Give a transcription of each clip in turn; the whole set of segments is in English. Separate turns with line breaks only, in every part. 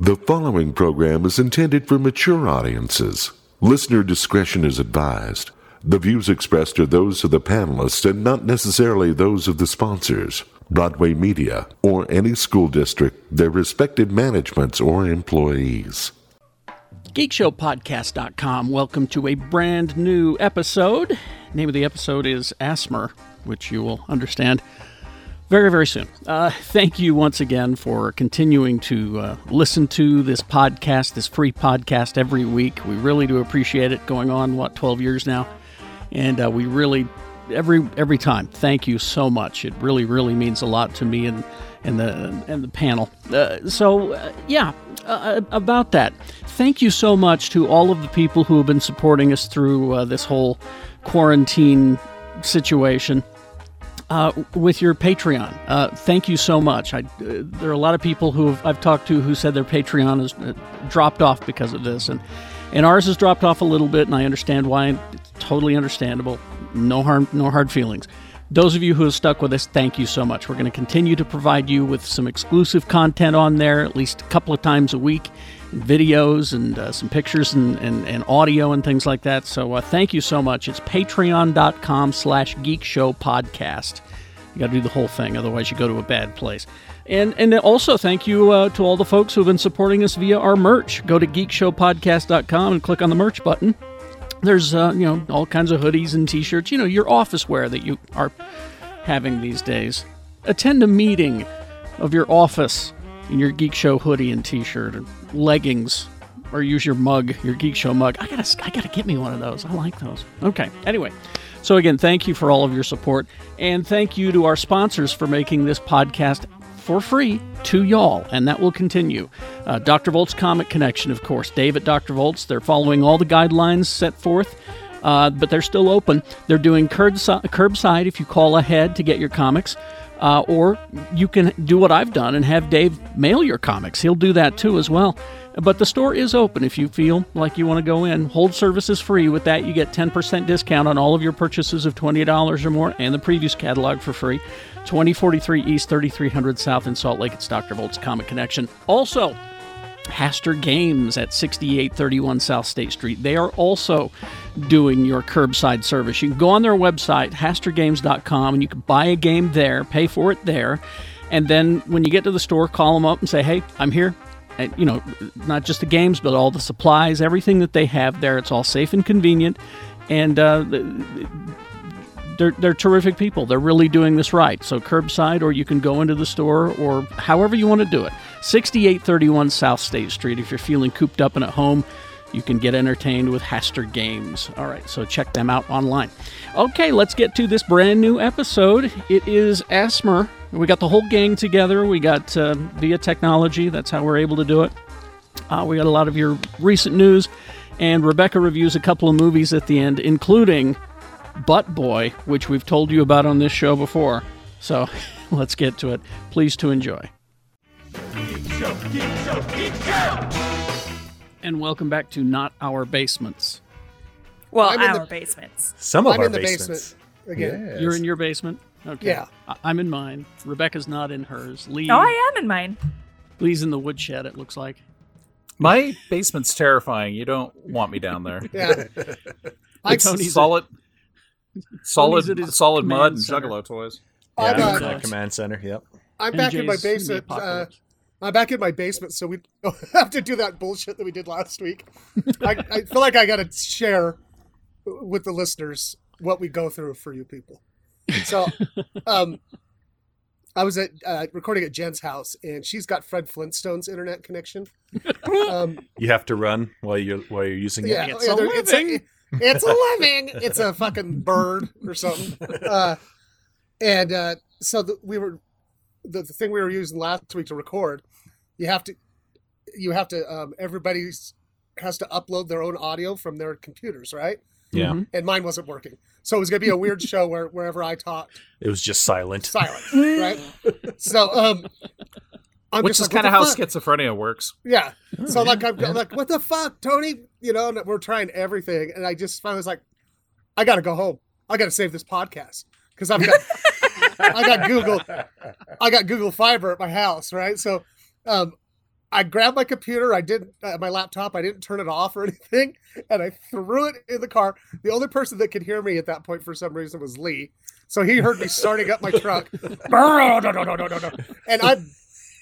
The following program is intended for mature audiences. Listener discretion is advised. The views expressed are those of the panelists and not necessarily those of the sponsors, Broadway Media, or any school district, their respective managements, or employees.
GeekShowPodcast.com. Welcome to a brand new episode. Name of the episode is Asmer, which you will understand very, very soon. Uh, thank you once again for continuing to uh, listen to this podcast, this free podcast every week. We really do appreciate it. Going on what twelve years now, and uh, we really every every time. Thank you so much. It really, really means a lot to me and and the and the panel. Uh, so uh, yeah, uh, about that. Thank you so much to all of the people who have been supporting us through uh, this whole quarantine situation uh, with your Patreon. Uh, thank you so much. I, uh, there are a lot of people who have, I've talked to who said their Patreon has uh, dropped off because of this, and and ours has dropped off a little bit, and I understand why. and It's totally understandable. No harm, no hard feelings. Those of you who have stuck with us, thank you so much. We're going to continue to provide you with some exclusive content on there, at least a couple of times a week, videos and uh, some pictures and, and, and audio and things like that. So uh, thank you so much. It's patreon.com slash geek show podcast. You got to do the whole thing, otherwise you go to a bad place. And and also thank you uh, to all the folks who've been supporting us via our merch. Go to geekshowpodcast.com and click on the merch button. There's uh, you know all kinds of hoodies and t-shirts. You know your office wear that you are having these days. Attend a meeting of your office in your Geek Show hoodie and T-shirt, or leggings, or use your mug, your Geek Show mug. I gotta, I gotta get me one of those. I like those. Okay. Anyway, so again, thank you for all of your support, and thank you to our sponsors for making this podcast for free to y'all, and that will continue. Uh, Dr. Volt's Comic Connection, of course. Dave at Dr. Volt's. They're following all the guidelines set forth. Uh, but they're still open. They're doing curbside, curbside if you call ahead to get your comics uh, or you can do what I've done and have Dave mail your comics. He'll do that too as well. But the store is open if you feel like you want to go in. Hold service is free. With that, you get 10% discount on all of your purchases of $20 or more and the previous catalog for free. 2043 East, 3300 South in Salt Lake. It's Dr. Volt's Comic Connection. Also, Haster Games at 6831 South State Street. They are also doing your curbside service. You can go on their website, hastergames.com, and you can buy a game there, pay for it there. And then when you get to the store, call them up and say, hey, I'm here. And, you know, not just the games, but all the supplies, everything that they have there. It's all safe and convenient. And uh, they're, they're terrific people. They're really doing this right. So curbside, or you can go into the store, or however you want to do it. 6831 South State Street. If you're feeling cooped up and at home, you can get entertained with Haster Games. All right, so check them out online. Okay, let's get to this brand new episode. It is Asmer. We got the whole gang together. We got uh, via technology. That's how we're able to do it. Uh, we got a lot of your recent news, and Rebecca reviews a couple of movies at the end, including Butt Boy, which we've told you about on this show before. So let's get to it. Please to enjoy. And welcome back to Not Our Basements.
Well,
I'm in
our
the-
basements.
Some of
I'm
our
in the
basements.
basement again.
Yes.
You're in your basement? Okay.
Yeah.
I- I'm in mine. Rebecca's not in hers. Lee,
Oh, I am in mine.
Lee's in the woodshed, it looks like.
My basement's terrifying. You don't want me down there.
Yeah. I,
It's
Tony's-
solid,
Tony's at
solid,
his
solid
command
mud and
center.
Juggalo toys.
Yeah,
I'm, uh,
I'm in
Exactly.
the command center. Yep.
I'm back in my
MJ's the
basement. Uh,
apocalypse.
I'm back in my basement, so we don't have to do that bullshit that we did last week. I, I feel like I got to share with the listeners what we go through for you people. So, um, I was at uh, recording at Jen's house, and she's got Fred Flintstone's internet connection. Um,
You have to run while you're while you're using
yeah,
it.
It's
yeah,
a
there-
living.
It's a, living. It's a fucking bird or something. Uh, and uh, so the, we were the, the thing we were using last week to record. You have to, you have to. Um, everybody has to upload their own audio from their computers, right?
Yeah.
Mhm.
And mine wasn't working, so it was gonna be a weird show where wherever I talked,
It was just silent.
silent, right? So, um, I'm
Which
just
is
like, what
kind
the
of how
fuck?
schizophrenia works.
Yeah. so like I'm, I'm like, what the fuck, Tony? You know, and we're trying everything, and I just finally was like, I gotta go home. I gotta save this podcast because I've got I got Google I got Google Fiber at my house, right? So, um, I grabbed my computer. I did uh, my laptop. I didn't turn it off or anything, and I threw it in the car. The only person that could hear me at that point for some reason was Lee, so he heard me starting up my truck, and I'm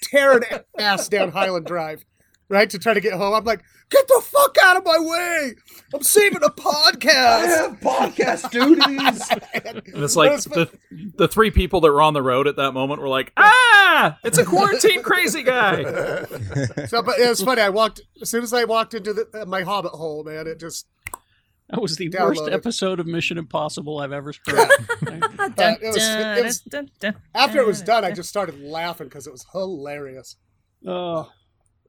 tearing ass down Highland Drive, right to try to get home. I'm like, get the fuck out of my way! I'm saving a podcast.
podcast duties.
And it's like the the three people that were on the road at that moment were like, ah, it's a quarantine crazy guy.
So, but it was funny. I walked as soon as I walked into the, uh, my hobbit hole, man. It just
That was the
Download
worst
it.
episode of Mission Impossible I've ever heard.
Uh, it was- it was-
Dun, dun, dun,
after it was
dun,
done, I
dun.
just started laughing because it was hilarious.
oh,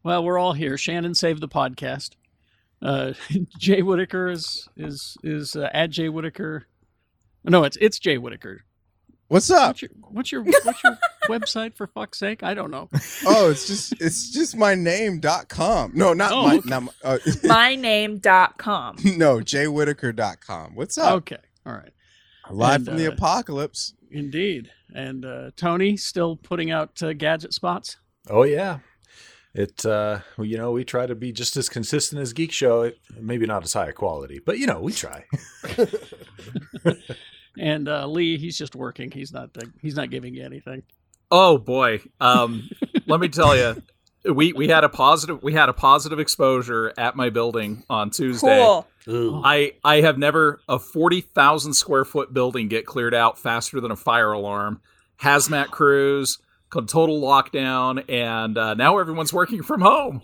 well, we're all here. Shannon saved the podcast. Uh, Jay Whitaker is is is uh, at Jay Whitaker. No, it's it's Jay Whitaker.
What's up?
What's your what's your what's your website for fuck's sake? I don't know.
Oh, it's just it's just my name.com. No, not
Oh,
my,
okay.
not my uh,
myname.com.
no, jwhitaker.com. What's up?
Okay, all right.
Live
and,
from the
uh,
apocalypse.
Indeed. And uh, Tony still putting out uh, gadget spots.
Oh yeah. It uh well, you know, we try to be just as consistent as Geek Show. It, maybe not as high a quality, but you know, we try.
And uh, Lee, he's just working. He's not uh, he's not giving you anything.
Oh boy. Um, let me tell you, we we had a positive we had a positive exposure at my building on Tuesday.
Cool.
I I have never a forty thousand square foot building get cleared out faster than a fire alarm. Hazmat crews, con- total lockdown, and uh, now everyone's working from home.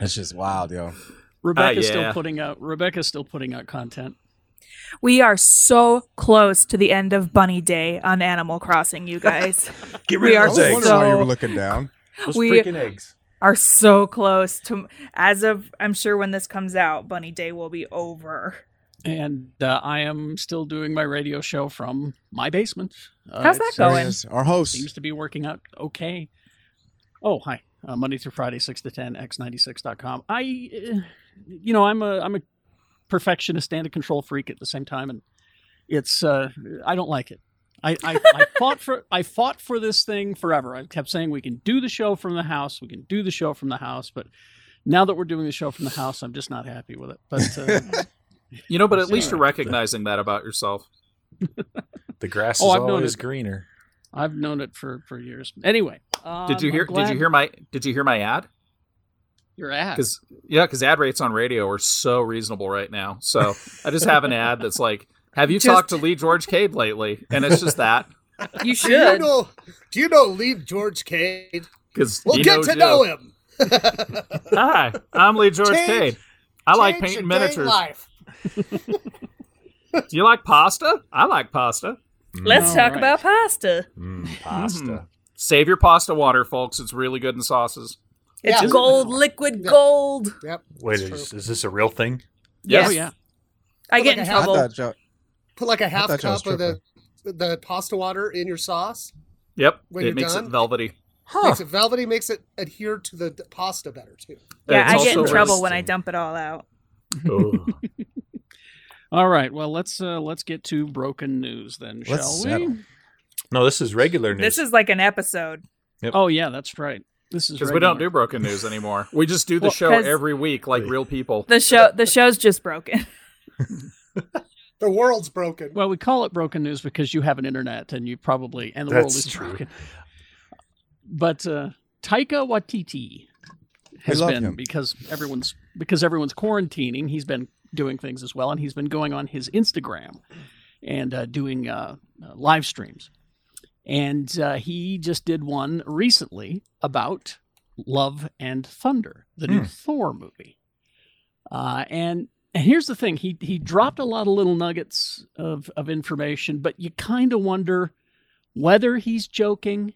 That's just wild, yo.
Rebecca's
yeah.
still putting out Rebecca's still putting out content.
We are so close to the end of Bunny Day on Animal Crossing, you guys.
Get
We
I
are
was
so-
wondering why you were looking down.
those
we-
freaking eggs.
are so close to as of I'm sure when this comes out, Bunny Day will be over.
And uh, I am still doing my radio show from my basement. Uh,
How's
it's-
that going?
There he is, Our host.
Seems to be working out okay. Oh, hi. Uh, Monday through Friday, 6 to 10, x96.com. I, uh, you know, I'm a, I'm a perfectionist and a control freak at the same time. And it's, uh, I don't like it. I, I, I fought for, I fought for this thing forever. I kept saying we can do the show from the house. We can do the show from the house. But now that we're doing the show from the house, I'm just not happy with it. But uh,
You know, but at
That's
least
all
you're recognizing that about yourself.
The grass
Oh,
is
I've known
always
it.
greener.
I've known it for, for years. Anyway,
Did you
um,
hear?
I'm
Did
glad Uh,
you hear my? Did you hear my ad?
your ad?
Because yeah, because ad rates on radio are so reasonable right now. So I just have an ad that's like, "Have you
Just-
talked to Lee George Cade lately?" And it's just that
You
Do you
should.
know? Do you know? Leave George Cade.
because
We'll get to know him.
Hi, I'm Lee George
Change-
Cade. I like
Change your
painting
dang
miniatures.
Life.
Do you like pasta? I like pasta.
Let's
All
talk
right.
about pasta.
Mm, pasta.
Save your pasta water, folks. It's really good in sauces.
It's
Yeah.
gold, liquid
Yeah.
gold.
Yep.
Wait,
it's
is, is this a real thing?
Oh, yeah.
I get in
Like a
I
trouble.
thought y'all,
Put like a half
thought y'all was
cup of the the pasta water in your sauce.
Yep.
When
it
you're
makes
done?
it velvety.
Makes it velvety. Makes it adhere to the d- pasta better too.
Yeah,
It's
I get in
also
trouble when I
roasted.
dump it all out.
Oh.
All right. Well, let's uh, let's get to broken news then, shall
Let's
we?
settle.
no, this is regular news.
This is like an episode.
Oh yeah, that's right. This is
Because we don't do
regular.
broken news anymore. We just do the
Well,
show
'cause-
every week like real people.
The show the show's just broken.
The world's broken.
Well, we call it broken news because you have an internet and you probably and the world
That's
is
true.
broken. But uh, Taika Waititi has
love
been
him.
because everyone's because everyone's quarantining. He's been doing things as well, and he's been going on his Instagram and uh, doing uh, uh, live streams. And uh, he just did one recently about Love and Thunder, the
Hmm.
new Thor movie. Uh, and and here's the thing: he he dropped a lot of little nuggets of of information, but you kind of wonder whether he's joking,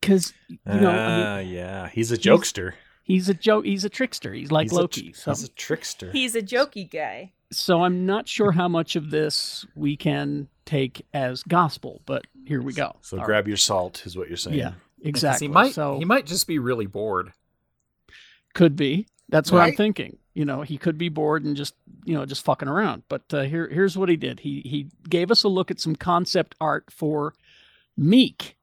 because you know I mean,
Ah, yeah. He's a
he's-
jokester.
he's a joke, he's a trickster, he's like
He's a
Loki.
tr-
so
He's a trickster.
He's a jokey guy.
so I'm not sure how much of this we can take as gospel, but here we go.
so
All
grab your salt is what you're
right.
saying.
yeah,
'Cause
exactly.
He might
so
he might just be really bored.
could be. That's what I'm
Right?
thinking. You know, he could be bored and just you know just fucking around. But uh, here here's what he did. He he gave us a look at some concept art for Meek,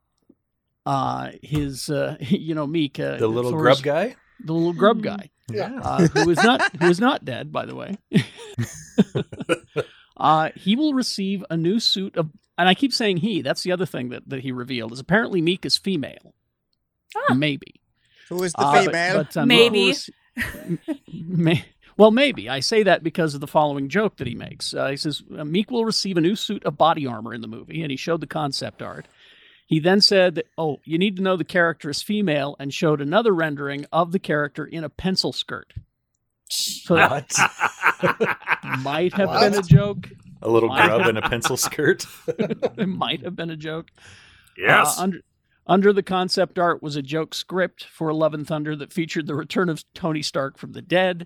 uh, his, uh, you know, Meek, uh,
The little
Thor's-
grub guy?
the little grub guy,
Yeah.
uh, who is not who is not dead, by the way. uh, he will receive a new suit of, and I keep saying he. That's the other thing that that he revealed is apparently Meek is female.
Ah.
Maybe.
Who is the
Uh, but-
female?
but, um,
Maybe.
Lewis- may, well, maybe. I say that because of the following joke that he makes. Uh, he says, "Uh, Meek will receive a new suit of body armor in the movie, and he showed the concept art. He then said, that, Oh, you need to know the character is female, and showed another rendering of the character in a pencil skirt. So that
What?
might have been a
What?
joke.
a little grub in a pencil skirt?
it might have been a joke.
yes.
Uh, under, under the concept art was a joke script for Love and Thunder that featured the return of Tony Stark from the dead.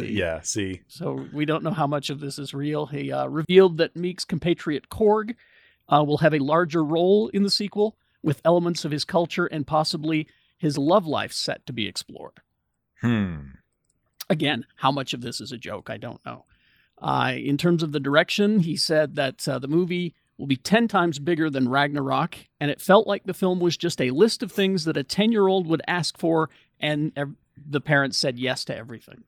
yeah, see.
So we don't know how much of this is real. He uh, revealed that Meek's compatriot Korg uh, will have a larger role in the sequel, with elements of his culture and possibly his love life set to be explored.
Hmm.
Again, how much of this is a joke, I don't know. Uh, in terms of the direction, he said that uh, the movie will be 10 times bigger than Ragnarok, and it felt like the film was just a list of things that a 10 year old would ask for, and ev- the parents said yes to everything.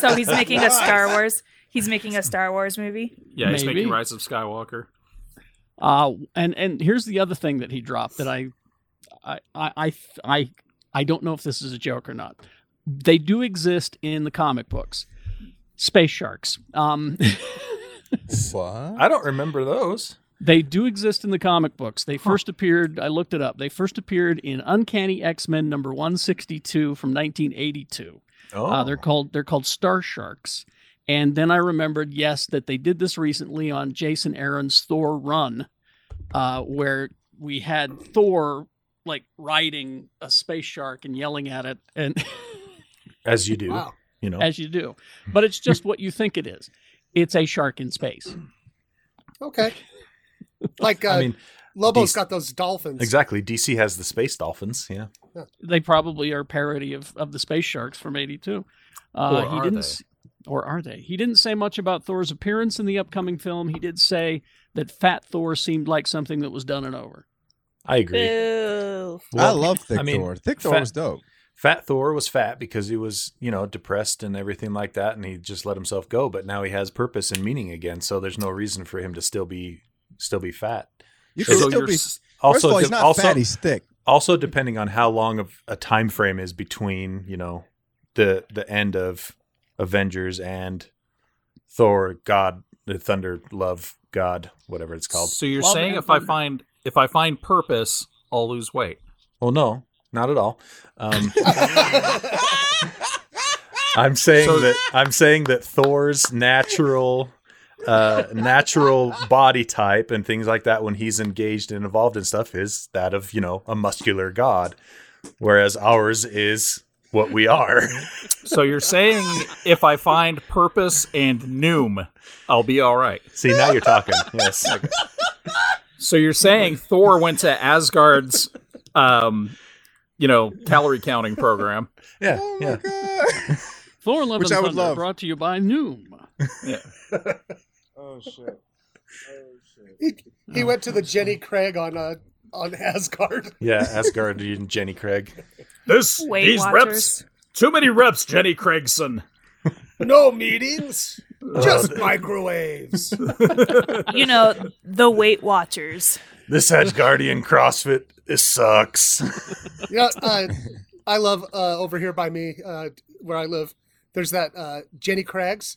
So he's making a Star Wars. He's making a Star Wars movie.
yeah, he's
maybe.
making Rise of Skywalker.
Uh, and and here's the other thing that he dropped that I, I I I I I don't know if this is a joke or not. They do exist in the comic books. Space sharks. Um,
What?
I don't remember those.
they do exist in the comic books. They first appeared. I looked it up. They first appeared in Uncanny X Men number one sixty two from nineteen eighty two.
Oh,
Uh, they're called they're called Star Sharks. And then I remembered, yes, that they did this recently on Jason Aaron's Thor run, uh, where we had Thor like riding a space shark and yelling at it, and
as you do.
Wow.
You know,
as you do. But it's just what you think it is. It's a shark in space.
Okay. Like uh,
I mean,
Lobo's
these-
got those dolphins.
exactly. DC has the space dolphins. Yeah.
They probably are a parody of, of the space sharks from '82. Uh,
Or
he
are
didn't,
they?
s- or are they? He didn't say much about Thor's appearance in the upcoming film. He did say that Fat Thor seemed like something that was done and over.
I agree.
Boo.
I love Thick
I mean,
Thor. Thick Thor
fat-
was dope.
Fat Thor was fat because he was, you know, depressed and everything like that, and he just let himself go. But now he has purpose and meaning again, so there's no reason for him to still be still be fat.
You
So
can
you're
still
you're
be.
s-
first
Also,
of all, he's
de-
not
also,
fat. He's thick.
also depending on how long of a time frame is between, you know, the the end of Avengers and Thor, God, the Thunder, Love, God, whatever it's called.
So you're
Love
saying
and
if I
Thunder.
find if I find purpose, I'll lose weight.
Well, no, not at all. Um, I'm saying
So-
that I'm saying that Thor's natural uh natural body type and things like that when he's engaged and involved in stuff is that of, you know, a muscular god whereas ours is what we are.
So you're saying if I find purpose and noom, I'll be all right.
See, now you're talking. Yes.
So you're saying Thor went to Asgard's um you know, calorie counting program.
Yeah.
Oh my
Yeah.
god.
Thor Love
Which
and
I would
Thunder,
love.
brought to you by Noom.
Oh shit.
He, he went to the Jenny Craig on uh, on Asgard.
Yeah, Asgardian Jenny Craig.
This
Weight Watchers.
too many reps, Jenny Craigson.
No meetings, just microwaves.
You know the Weight Watchers.
This Asgardian CrossFit this sucks.
yeah, uh, I love uh, over here by me uh, where I live. There's that uh, Jenny Craig's,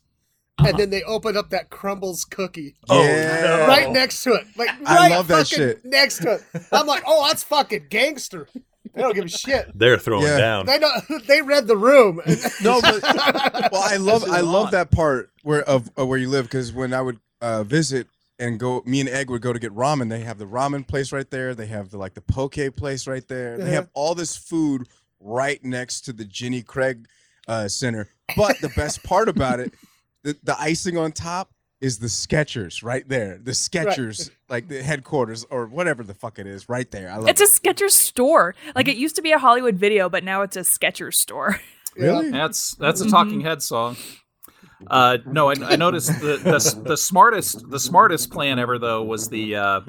and then they opened up that Crumbles cookie
Oh,
yeah.
no.
right next to it. Like right
I love that
fucking
shit.
next to it. I'm like, oh, that's fucking gangster. They don't give a shit.
They're throwing
Yeah.
down.
They know they read the room.
No, but well, I love
This is
I
on.
love that part where of, of where you live because when I would uh, visit and go, me and Egg would go to get ramen. They have the ramen place right there. They have the like the poke place right there. They have all this food right next to the Jenny Craig uh, Center. But the best part about it, the, the icing on top is the Skechers right there. The Skechers, like the headquarters or whatever the fuck it is, right there. I love
It's a
it.
Skechers store. Like it used to be a Hollywood video, but now it's a Skechers store.
really.
That's that's a Talking
Mm-hmm.
Head song. Uh, no, I, I noticed the, the the smartest the smartest plan ever though was the uh,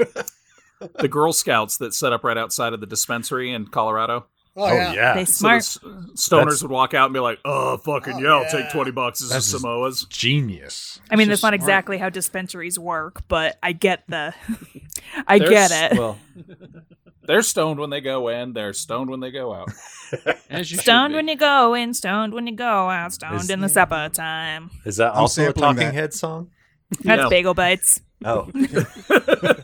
the Girl Scouts that set up right outside of the dispensary in Colorado.
Oh, yeah.
They smart.
So the s- stoners
That's-
would walk out and be like, "Oh, fucking
Oh,
yeah, I'll
yeah.
take twenty boxes
That's
of
just-
Samoas."
Genius.
I mean, that's
It's
not
just smart.
exactly how dispensaries work, but I get the, I
They're
get
s-
it.
Well, they're stoned when they go in. They're stoned when they go out.
As you
Stoned
should
when you go in, stoned when you go out, stoned
Is-
in the supper time.
Is that
I'm
also a
sampling
Talking
that.
Head song?
That's
Yeah.
bagel bites.
Oh,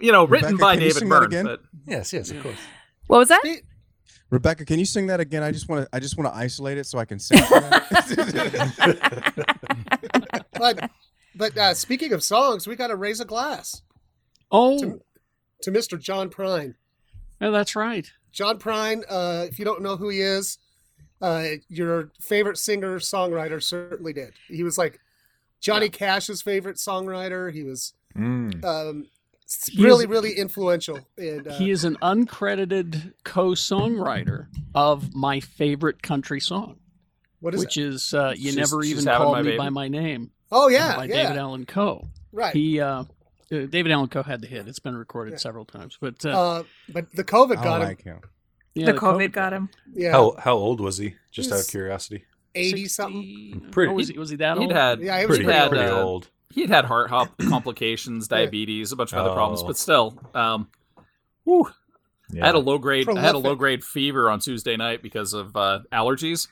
you know, written
Rebecca,
by
can you
David
sing that
Byrne.
again?
But
yes, yes, of course.
What was that?
Rebecca, can you sing that again? I just want to. I just want to isolate it so I can sing. for that.
But, but uh, speaking of songs, we got to raise a glass
Oh,
to Mr. John Prine.
yeah, that's right.
John Prine, uh, if you don't know who he is, uh, your favorite singer songwriter certainly did. He was like Johnny Cash's favorite songwriter. He was
Mm.
um, s-
He
really,
is-
really influential. And uh,
He is an uncredited co-songwriter of my favorite country song,
what is
which
it?
is uh, "You
She's-
Never
She's
Even
Having
Called
My
Me
Baby.
by My Name"
Oh yeah,
by
yeah,
David Allen Coe.
right.
He uh, uh, David Allen Coe had the hit. It's been recorded several times, but uh,
uh, but the COVID
I
got him.
Oh, like him.
yeah,
the, COVID, got him.
Yeah,
How how old was he? Just out of
He's-
curiosity.
eighty something.
Pretty-
Pretty. was, he, was he that
he'd
old?
had
Yeah, he was
Pretty,
pretty
bad,
old.
pretty
uh,
old.
he'd had heart hop complications, diabetes, a bunch of other problems,
Oh.
but still, um, whew, I had a low grade. I had a
Prolific.
low grade fever on Tuesday night because of uh, allergies.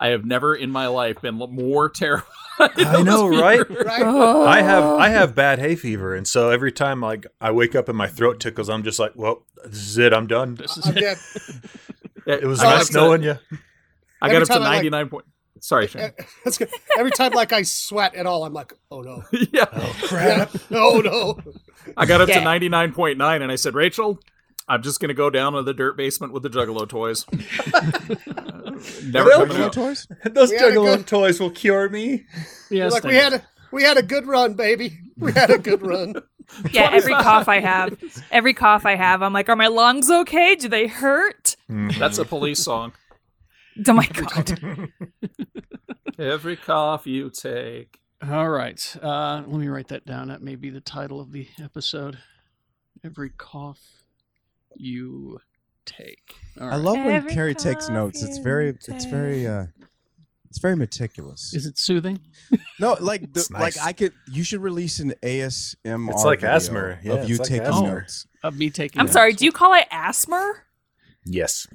I have never in my life been l- more terrified.
I
of this
know,
fever.
right?
uh,
Right.
I have I have bad hay fever, and so every time like I wake up and my throat tickles, I'm just like, well, this is it. I'm done.
This is
I'm dead.
It was
Oh,
nice
that's
knowing you.
I
Every
got up to
time I, like-
ninety nine point. Sorry, Shane.
That's good. Every time like I sweat at all, I'm like, oh no,
yeah,
yeah. oh no.
I got up to
Yeah.
ninety nine point nine, and I said, Rachel. I'm just gonna go down to the dirt basement with the Juggalo toys. Never
Really?
coming
Juggalo
out.
toys?
Those
We had a
juggalo
good-
toys will cure me.
yes,
like we
thank
had a we had a good run, baby. We had a good run.
Yeah, every cough I have, every cough I have, I'm like, are my lungs okay? Do they hurt?
That's a police song.
Oh my god.
Every cough you take.
you. All right, uh, let me write that down. That may be the title of the episode. Every cough you take. All
I
right.
love when
Every
Carrie takes
cough
notes. It's
you
very, it's very,
take.
uh, it's very meticulous.
Is it soothing?
no, like, the,
It's nice.
like I could. You should release an ASMR.
It's like
video
ASMR. Yeah,
of
it's
you
like
taking
ASMR.
notes.
Of me taking.
I'm
notes.
sorry. Do you call it asthma?
Yes,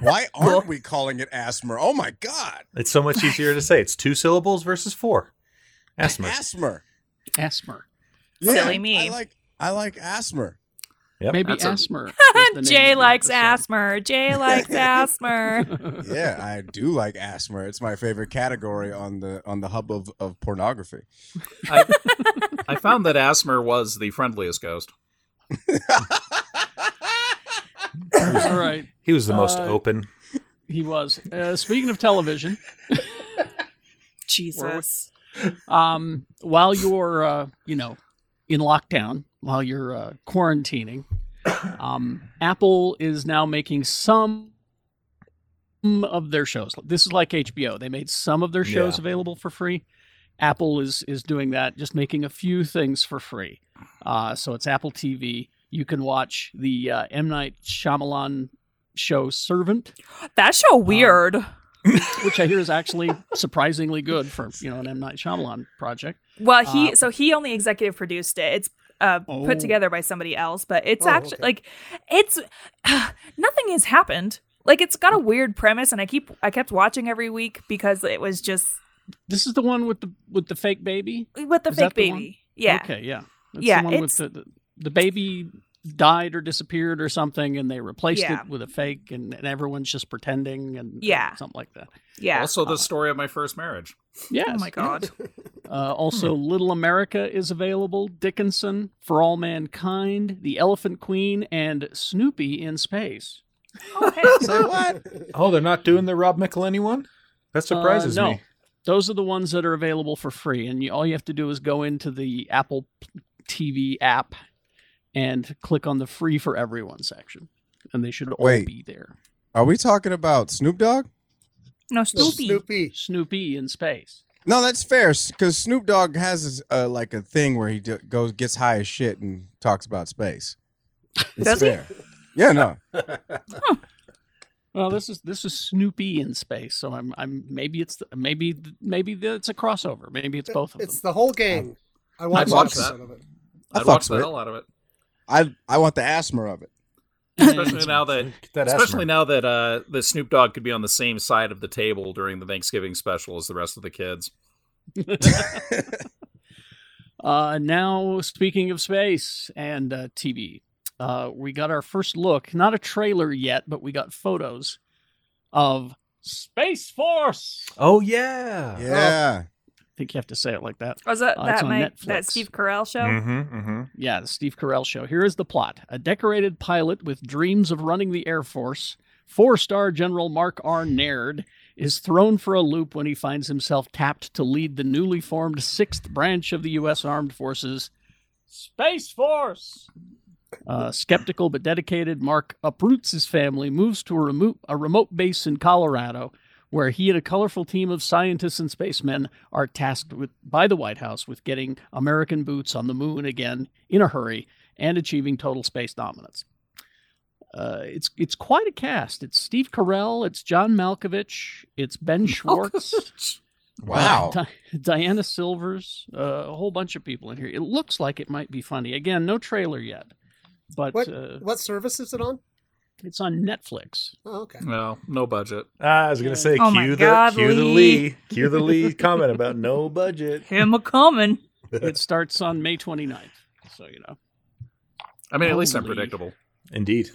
Why aren't we calling it ASMR? Oh my God,
it's so much easier to say. It's two syllables versus four. Asthma.
ASMR.
Asmer.
Yeah,
Silly me.
I like, I like ASMR.
Yep,
Maybe
that's a-
Asmer.
Jay likes asthma. Jay likes asthma.
Asmer.
yeah, I do like asthma. It's my favorite category on the on the hub of, of pornography.
I found that Asmer was the friendliest ghost.
All right.
He was the most
Uh,
open.
He was. Uh, speaking of television,
Jesus.
um, while you're, uh, you know, in lockdown, while you're uh, quarantining, um, Apple is now making some of their shows. This is like HBO. They made some of their shows
Yeah.
available for free. Apple is is doing that, just making a few things for free. Uh, so it's Apple TV. You can watch the uh, M Night Shyamalan show Servant.
That show
Um,
weird.
which I hear is actually surprisingly good for you know an M Night Shyamalan project.
well, he
uh,
so he only executive produced it. It's uh,
Oh.
put together by somebody else, but it's
Oh,
actually
okay.
like it's nothing has happened. Like it's
Oh.
got a weird premise, and I keep I kept watching every week because it was just
This is the one with the with the fake baby.
with the
Is
fake
that the one?
baby. Yeah.
Okay. Yeah. That's
Yeah,
The one
it's-
with the, the the baby died or disappeared or something, and they replaced
Yeah.
it with a fake, and, and everyone's just pretending and
Yeah.
and something like that.
Yeah.
Also, the story of my first marriage.
Yes,
oh my god. Hmm.
yeah. Uh, also, Little America is available. Dickinson, For All Mankind, The Elephant Queen, and Snoopy in Space.
Okay.
Say what?
Oh, they're not doing the Rob McElhenney one. That surprises
Uh, no.
me.
Those are the ones that are available for free, and you, all you have to do is go into the Apple TV app and click on the free for everyone section, and they should all
Wait.
be there.
Are we talking about Snoop Dogg?
No Snoopy.
Snoopy.
Snoopy in space.
No, that's fair because Snoop Dogg has his, uh, like a thing where he d- goes gets high as shit and talks about space. It's
Does he?
fair. Yeah, no.
Well, this is this is Snoopy in space, so I'm I'm maybe it's the- maybe maybe the, it's a crossover. Maybe it's both of
It's
them.
the whole gang. I watched
watch
that
that.
episode of it.
I
I'd watch
fucks
the
with it.
hell out of it.
I I want the asthma of it.
Especially now that
Get that
especially
asthma.
now that uh the Snoop Dogg could be on the same side of the table during the Thanksgiving special as the rest of the kids.
Uh, now, speaking of space and uh, TV, uh, we got our first look, not a trailer yet, but we got photos of Space Force.
Oh yeah.
Yeah.
I think you have to say it like that.
Was that
Uh, it's
that
on
my,
Netflix.
that Steve Carell show?
Mm-hmm, mm-hmm.
Yeah, the Steve Carell show. Here is the plot a decorated pilot with dreams of running the Air Force, four star General Mark R. Naird, is thrown for a loop when he finds himself tapped to lead the newly formed sixth branch of the U.S. Armed Forces, Space Force. Uh, skeptical but dedicated, Mark uproots his family, moves to a remote, a remote base in Colorado, where he and a colorful team of scientists and spacemen are tasked with, by the White House with getting American boots on the moon again in a hurry and achieving total space dominance. Uh, it's it's quite a cast. It's Steve Carell, it's John Malkovich, it's Ben Schwartz,
Wow.
uh, Di- Diana Silvers, uh, a whole bunch of people in here. It looks like it might be funny. Again, no trailer yet, but
What
uh,
what service is it on?
it's on Netflix.
Oh, okay.
Well, no budget.
Ah, I was gonna say
Oh my
cue the
God,
cue the
Lee.
Lee cue the Lee comment about no budget.
Him a coming.
it starts on May 29th. So, you know.
I mean, at least I'm
Holy.
predictable.
Indeed.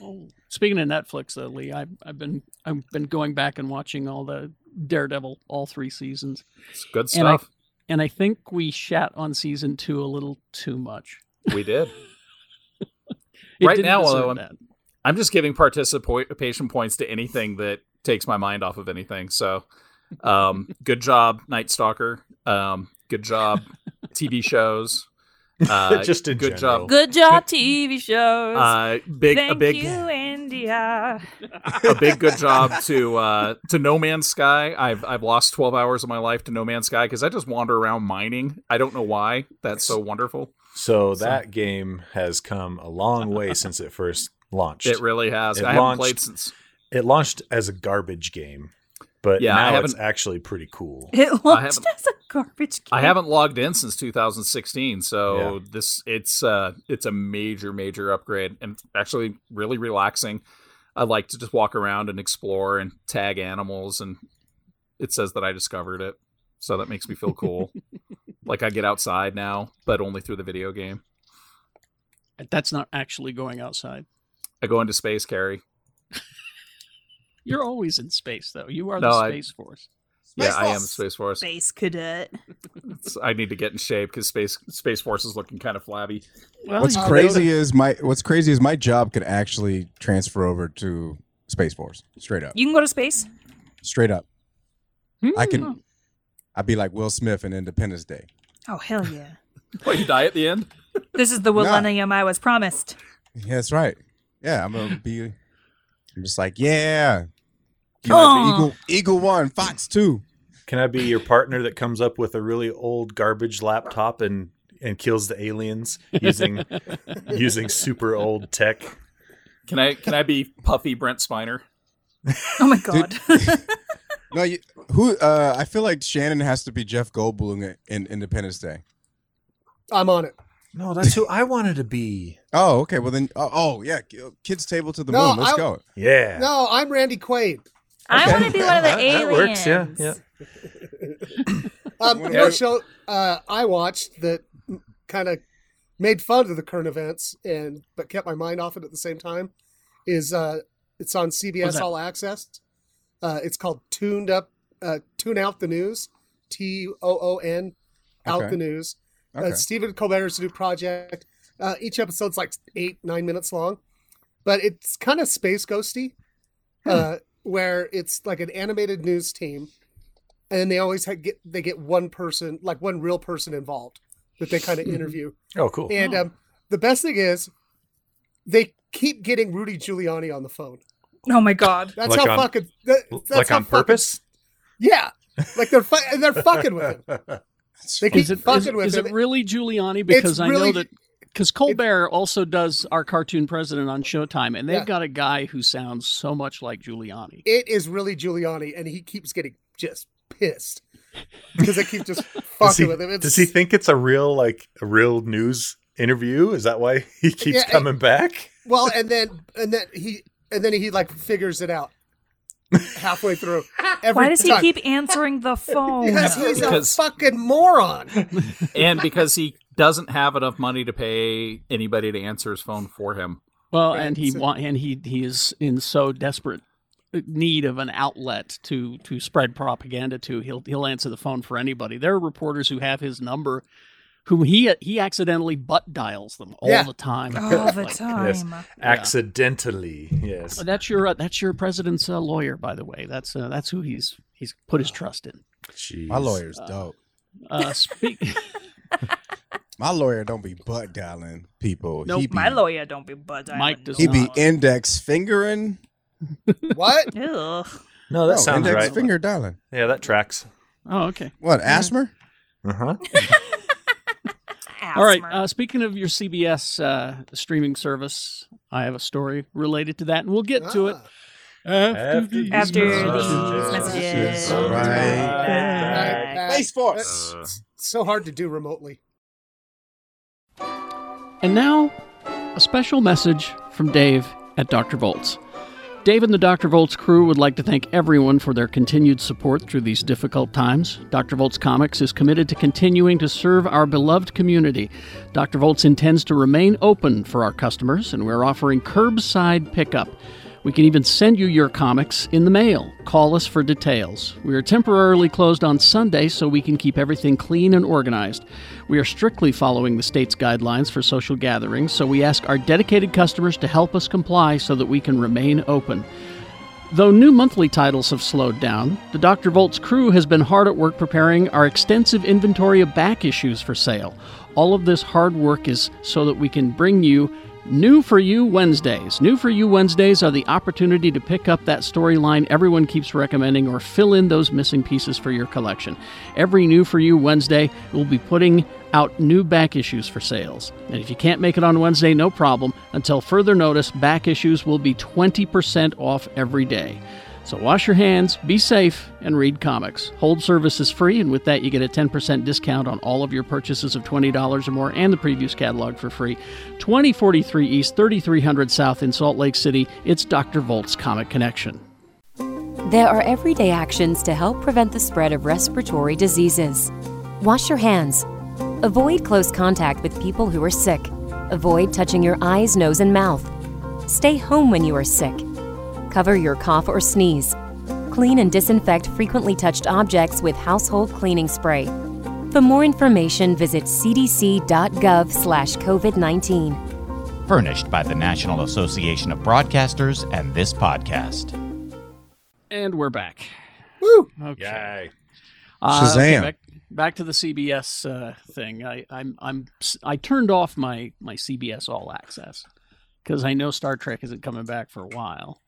Speaking of Netflix, though, Lee, I, I've been I've been going back and watching all the Daredevil, all three seasons,
It's good
And I-
stuff.
and I think we shat on season two a little too much.
We did.
It
Right
didn't
now,
deserve
although I'm-
that.
I'm just giving participation points to anything that takes my mind off of anything. So, um, good job, Night Stalker. Um, good job, TV shows. Uh,
Just in
good
general.
job.
Good job, TV shows.
Uh, big
Thank
a big
you, India.
a big good job to uh, to No Man's Sky. I've I've lost 12 hours of my life to No Man's Sky because I just wander around mining. I don't know why. That's so wonderful.
So that game has come a long way since it first launched.
It really has.
It
I haven't
launched-
played since.
It launched as a garbage game, but
Yeah, I
now it's
haven't-
actually pretty cool.
It launched
haven't-
as a garbage can.
I haven't logged in since 2016, so this it's uh it's a major major upgrade and actually really relaxing. I like to just walk around and explore and tag animals and it says that I discovered it. So that makes me feel cool. like I get outside now, but only through the video game.
That's not actually going outside.
I go into space carry.
You're always in space, though. You are
No,
the
I-
Space Force.
yeah, I am Space Force.
Space cadet.
It's- I need to get in shape because space Space Force is looking kind of flabby.
Well,
What's
you-
Oh,
crazy is my what's crazy is my job could actually transfer over to Space Force. Straight up.
You can go to space.
Straight up. I
Hmm.
can I'd be like Will Smith in Independence Day.
Oh hell yeah!
What you die at the end?
this is the
Nah.
millennium I was promised.
Yeah, that's right. Yeah, I'm gonna be I'm just like, yeah. Can
Aw.
I be Eagle Eagle One, Fox Two.
Can I be your partner that comes up with a really old garbage laptop and and kills the aliens using using super old tech?
Can I can I be puffy Brent Spiner?
Oh my god!
No, you, who uh I feel like Shannon has to be Jeff Goldblum in, in Independence Day.
I'm on it.
No, that's who I wanted to be.
Oh, okay. Well then oh, oh yeah, kids table to the
No,
moon. Let's
I-
go.
Yeah.
No, I'm Randy Quaid.
I
Okay.
want to be one of the
That- that
aliens.
works, yeah, yeah.
Um,
One
another
of-
show uh, I watched that kind of made fun of the current events and but kept my mind off it at the same time is uh, it's on
What's
CBS
that?
All Access. Uh, it's called Tuned Up, uh, Tune Out the News, T O O N, Out
Okay.
the News.
Okay.
Uh, Stephen Colbert's new project. Uh, each episode's like eight, nine minutes long, but it's kind of space ghosty,
Hmm.
uh, where it's like an animated news team, and then they always ha- get they get one person, like one real person involved that they kind of interview.
Oh, cool.
And um, the best thing is, they keep getting Rudy Giuliani on the phone.
Oh my god!
That's
Like
how
on-
fucking that, that's
like
how
on
fucking-
purpose?
yeah, like they're fu- and they're fucking with him. They keep
Is it,
fucking
is, it-
with
is
him.
it really Giuliani? Because I know
really-
that because Colbert also does our cartoon president on Showtime, and they've
Yeah.
got a guy who sounds so much like Giuliani.
It is really Giuliani, and he keeps getting just pissed because I keep just fucking
he-
with him. It's,
Does he think it's a real like a real news interview? Is that why he keeps
Yeah, I-
coming back?
well, and then and then he and then he like figures it out halfway through. Every
Why does he
time.
keep answering the phone?
Yes, he's
Because-
a fucking moron.
and because he doesn't have enough money to pay anybody to answer his phone for him.
Well,
Right,
and he
so-
wa- and he he is in so desperate uh, need of an outlet to to spread propaganda to. He'll he'll answer the phone for anybody. There are reporters who have his number, who he he accidentally butt dials them all
Yeah.
the time.
All the
Like,
time.
Yes. Accidentally, yes.
that's your uh, that's your president's uh, lawyer, by the way. That's uh, that's who he's he's put his trust in.
Jeez.
My lawyer's
Uh,
dope.
Uh, speak.
My lawyer don't be butt dialing people.
Nope,
he be,
My lawyer don't be butt dialing.
Mike does
he be
Uh-uh.
not.
index fingering.
What?
Ugh.
No, Oh, that
No,
sounds
index
right.
finger dialing.
Yeah, that tracks.
oh, okay.
What asthma?
Uh huh.
All right.
Asthma.
Uh, speaking of your CBS uh, streaming service, I have a story related to that, and we'll get to it
Ah.
After these
After
messages.
these messages.
All right.
Ah. Back, back.
Uh,
Space Force.
That's so hard to do remotely.
And now, a special message from Dave at Dr. Volts. Dave and the Dr. Volts crew would like to thank everyone for their continued support through these difficult times. Dr. Volts Comics is committed to continuing to serve our beloved community. Dr. Volts intends to remain open for our customers, and we're offering curbside pickup. We can even send you your comics in the mail. Call us for details. We are temporarily closed on Sunday so we can keep everything clean and organized. We are strictly following the state's guidelines for social gatherings, so we ask our dedicated customers to help us comply so that we can remain open. Though new monthly titles have slowed down, the Dr. Volt's crew has been hard at work preparing our extensive inventory of back issues for sale. All of this hard work is so that we can bring you New for You Wednesdays. New for You Wednesdays are the opportunity to pick up that storyline everyone keeps recommending or fill in those missing pieces for your collection. Every New for You Wednesday, we'll be putting out new back issues for sales. And if you can't make it on Wednesday, no problem. Until further notice, back issues will be 20% off every day. So wash your hands, be safe, and read comics. Hold service is free, and with that, you get a 10% discount on all of your purchases of $20 or more and the previous catalog for free. 2043 East, 3300 South in Salt Lake City. It's Dr. Volt's Comic Connection.
There are everyday actions to help prevent the spread of respiratory diseases. Wash your hands. Avoid close contact with people who are sick. Avoid touching your eyes, nose, and mouth. Stay home when you are sick. Cover your cough or sneeze. Clean and disinfect frequently touched objects with household cleaning spray. For more information, visit cdc.gov/covid19.
furnished by the National Association of Broadcasters and this podcast.
And we're back.
Woo!
Okay.
Yay.
Shazam.
Uh, back, back to the CBS uh, thing. I, I'm I'm I turned off my my CBS All Access because I know Star Trek isn't coming back for a while.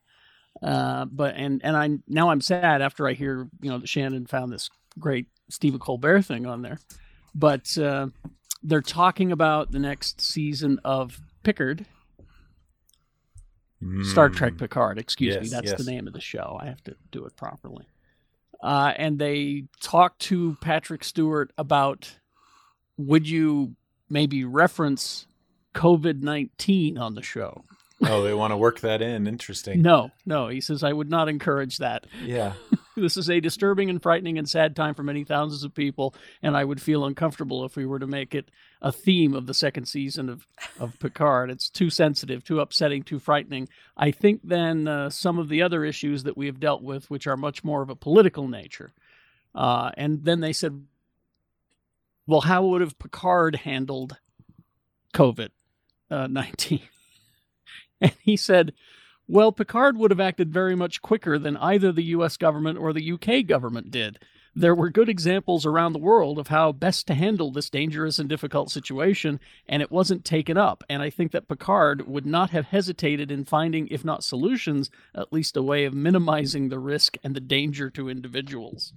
Uh, but and and I now I'm sad after I hear you know that Shannon found this great Stephen Colbert thing on there. But uh, they're talking about the next season of Pickard, Star
Hmm.
Trek Picard. Excuse me,
Mm. Yes,
that's
yes.
the name of the show. I have to do it properly. Uh, and they talked to Patrick Stewart about would you maybe reference COVID nineteen on the show?
Oh, they want to work that in. Interesting.
No, no. He says I would not encourage that.
Yeah.
This is a disturbing and frightening and sad time for many thousands of people, and I would feel uncomfortable if we were to make it a theme of the second season of, of Picard. It's too sensitive, too upsetting, too frightening. I think then uh, some of the other issues that we have dealt with, which are much more of a political nature. Uh, and then they said, well, how would have Picard handled COVID uh, 19? And he said, well, Picard would have acted very much quicker than either the US government or the UK government did. There were good examples around the world of how best to handle this dangerous and difficult situation, and it wasn't taken up. And I think that Picard would not have hesitated in finding, if not solutions, at least a way of minimizing the risk and the danger to individuals.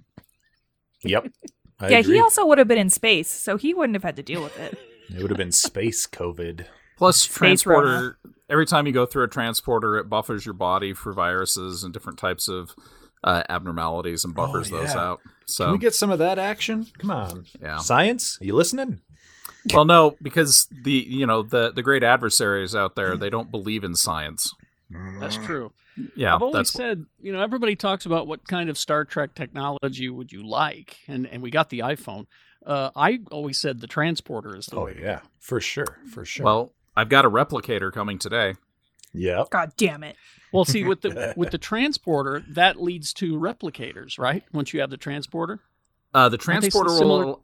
Yep. I
yeah,
agree.
he also would have been in space, so he wouldn't have had to deal with it.
It would have been space COVID.
Plus,
Saints Row.
transporter. Every time you go through a transporter, it buffers your body for viruses and different types of uh, abnormalities and buffers those
yeah.
out.
Can
So
we get some of that action?
Come on.
yeah.
Science, you listening?
Well, no, because the you know the the great adversaries out there they don't believe in science.
That's true.
Yeah,
I've always
that's
said, you know, everybody talks about what kind of Star Trek technology would you like, and and we got the iPhone. Uh, I always said the transporter is the
Oh
way. to
yeah, for sure, for sure.
well. I've got a replicator coming today.
yeah.
God damn it.
Well, see, with the with the transporter, that leads to replicators, right? Once you have the transporter,
Uh, the
Aren't they
transporter
similar-
will.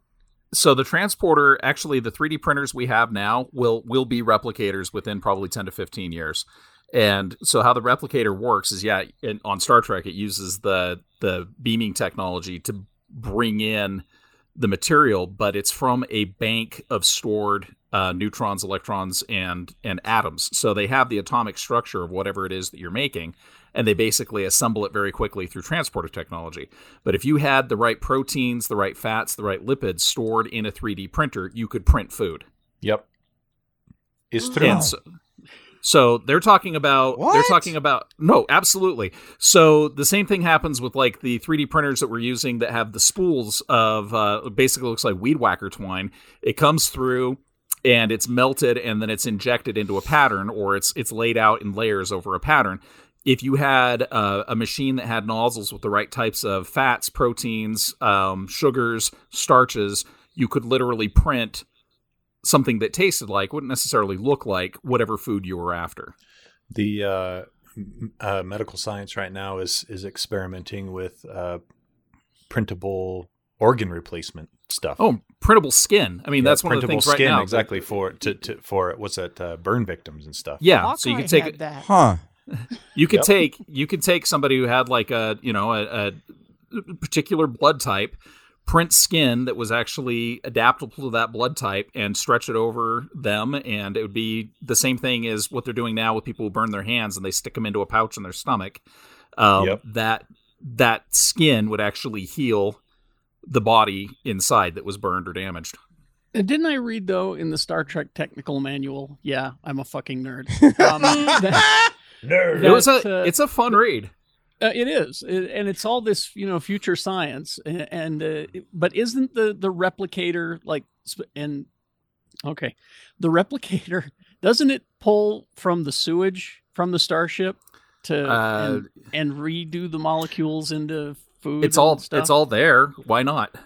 So the transporter, actually, the 3D printers we have now will will be replicators within probably 10 to 15 years. And so how the replicator works is, yeah, in, on Star Trek, it uses the the beaming technology to bring in the material, but it's from a bank of stored uh, neutrons, electrons, and and atoms. So they have the atomic structure of whatever it is that you're making, and they basically assemble it very quickly through transporter technology. But if you had the right proteins, the right fats, the right lipids stored in a 3D printer, you could print food.
Yep. It's true.
And so, so they're talking about they're
What?
talking about no, absolutely. So the same thing happens with like the 3D printers that we're using that have the spools of uh, basically looks like weed whacker twine. It comes through and it's melted and then it's injected into a pattern or it's it's laid out in layers over a pattern. If you had uh, a machine that had nozzles with the right types of fats, proteins, um, sugars, starches, you could literally print something that tasted like wouldn't necessarily look like whatever food you were after.
the uh, m- uh, medical science right now is is experimenting with uh, printable organ replacement stuff.
Oh, printable skin. I mean,
Yeah,
that's one of the
printable
things
skin
right now.
exactly for to, to for what's that uh, burn victims and stuff.
Yeah, so you
Hawkeye
could take
had
it.
that.
Huh.
You could
Yep.
take you could take somebody who had like a you know a, a particular blood type, print skin that was actually adaptable to that blood type, and stretch it over them, and it would be the same thing as what they're doing now with people who burn their hands and they stick them into a pouch in their stomach. Um,
Yep.
That that skin would actually heal the body inside that was burned or damaged.
And didn't I read though in the Star Trek technical manual? Yeah, I'm a fucking nerd. Um, that-
Nerd.
it was a
uh,
it's a fun read.
Uh, it is, It- and it's all this, you know, future science. a- And, uh, it- but isn't the the replicator like sp- and okay, the replicator doesn't it pull from the sewage from the starship to
Uh,
and, and redo the molecules into food?
It's all
and stuff?
it's all there. Why not?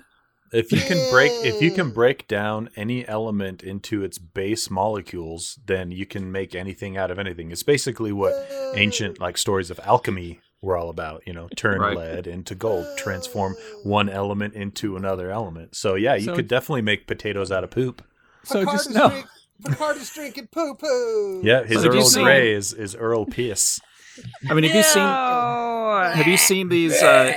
If you can break if you can break down any element into its base molecules, then you can make anything out of anything. It's basically what ancient like stories of alchemy were all about, you know, turn
Right.
lead into gold, transform one element into another element. So yeah, you
So-
could definitely make potatoes out of poop.
so
Picard
just
is
no.
drink- Picard is drinking poo poo.
Yeah, his
So did you
Earl
see-
Grey is, is Earl Pierce.
I mean, have you seen
Oh.
have you seen these uh,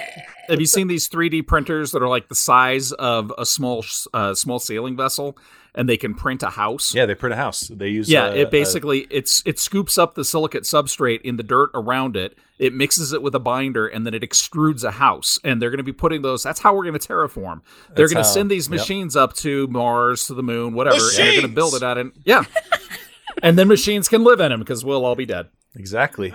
have you seen these 3D printers that are like the size of a small sh- uh, small sailing vessel, and they can print a house?
Yeah, they print a house. They use uh,
Yeah,
a-
it basically it's it scoops up the silicate substrate in the dirt around it. It mixes it with a binder and then it extrudes a house. And they're going to be putting those. That's how we're going to terraform. They're
That's
going to
how-
send these
yep.
machines up to Mars, to the moon, whatever, and they're going to build it out. And yeah, and then machines can live in them because we'll all be dead.
a- exactly.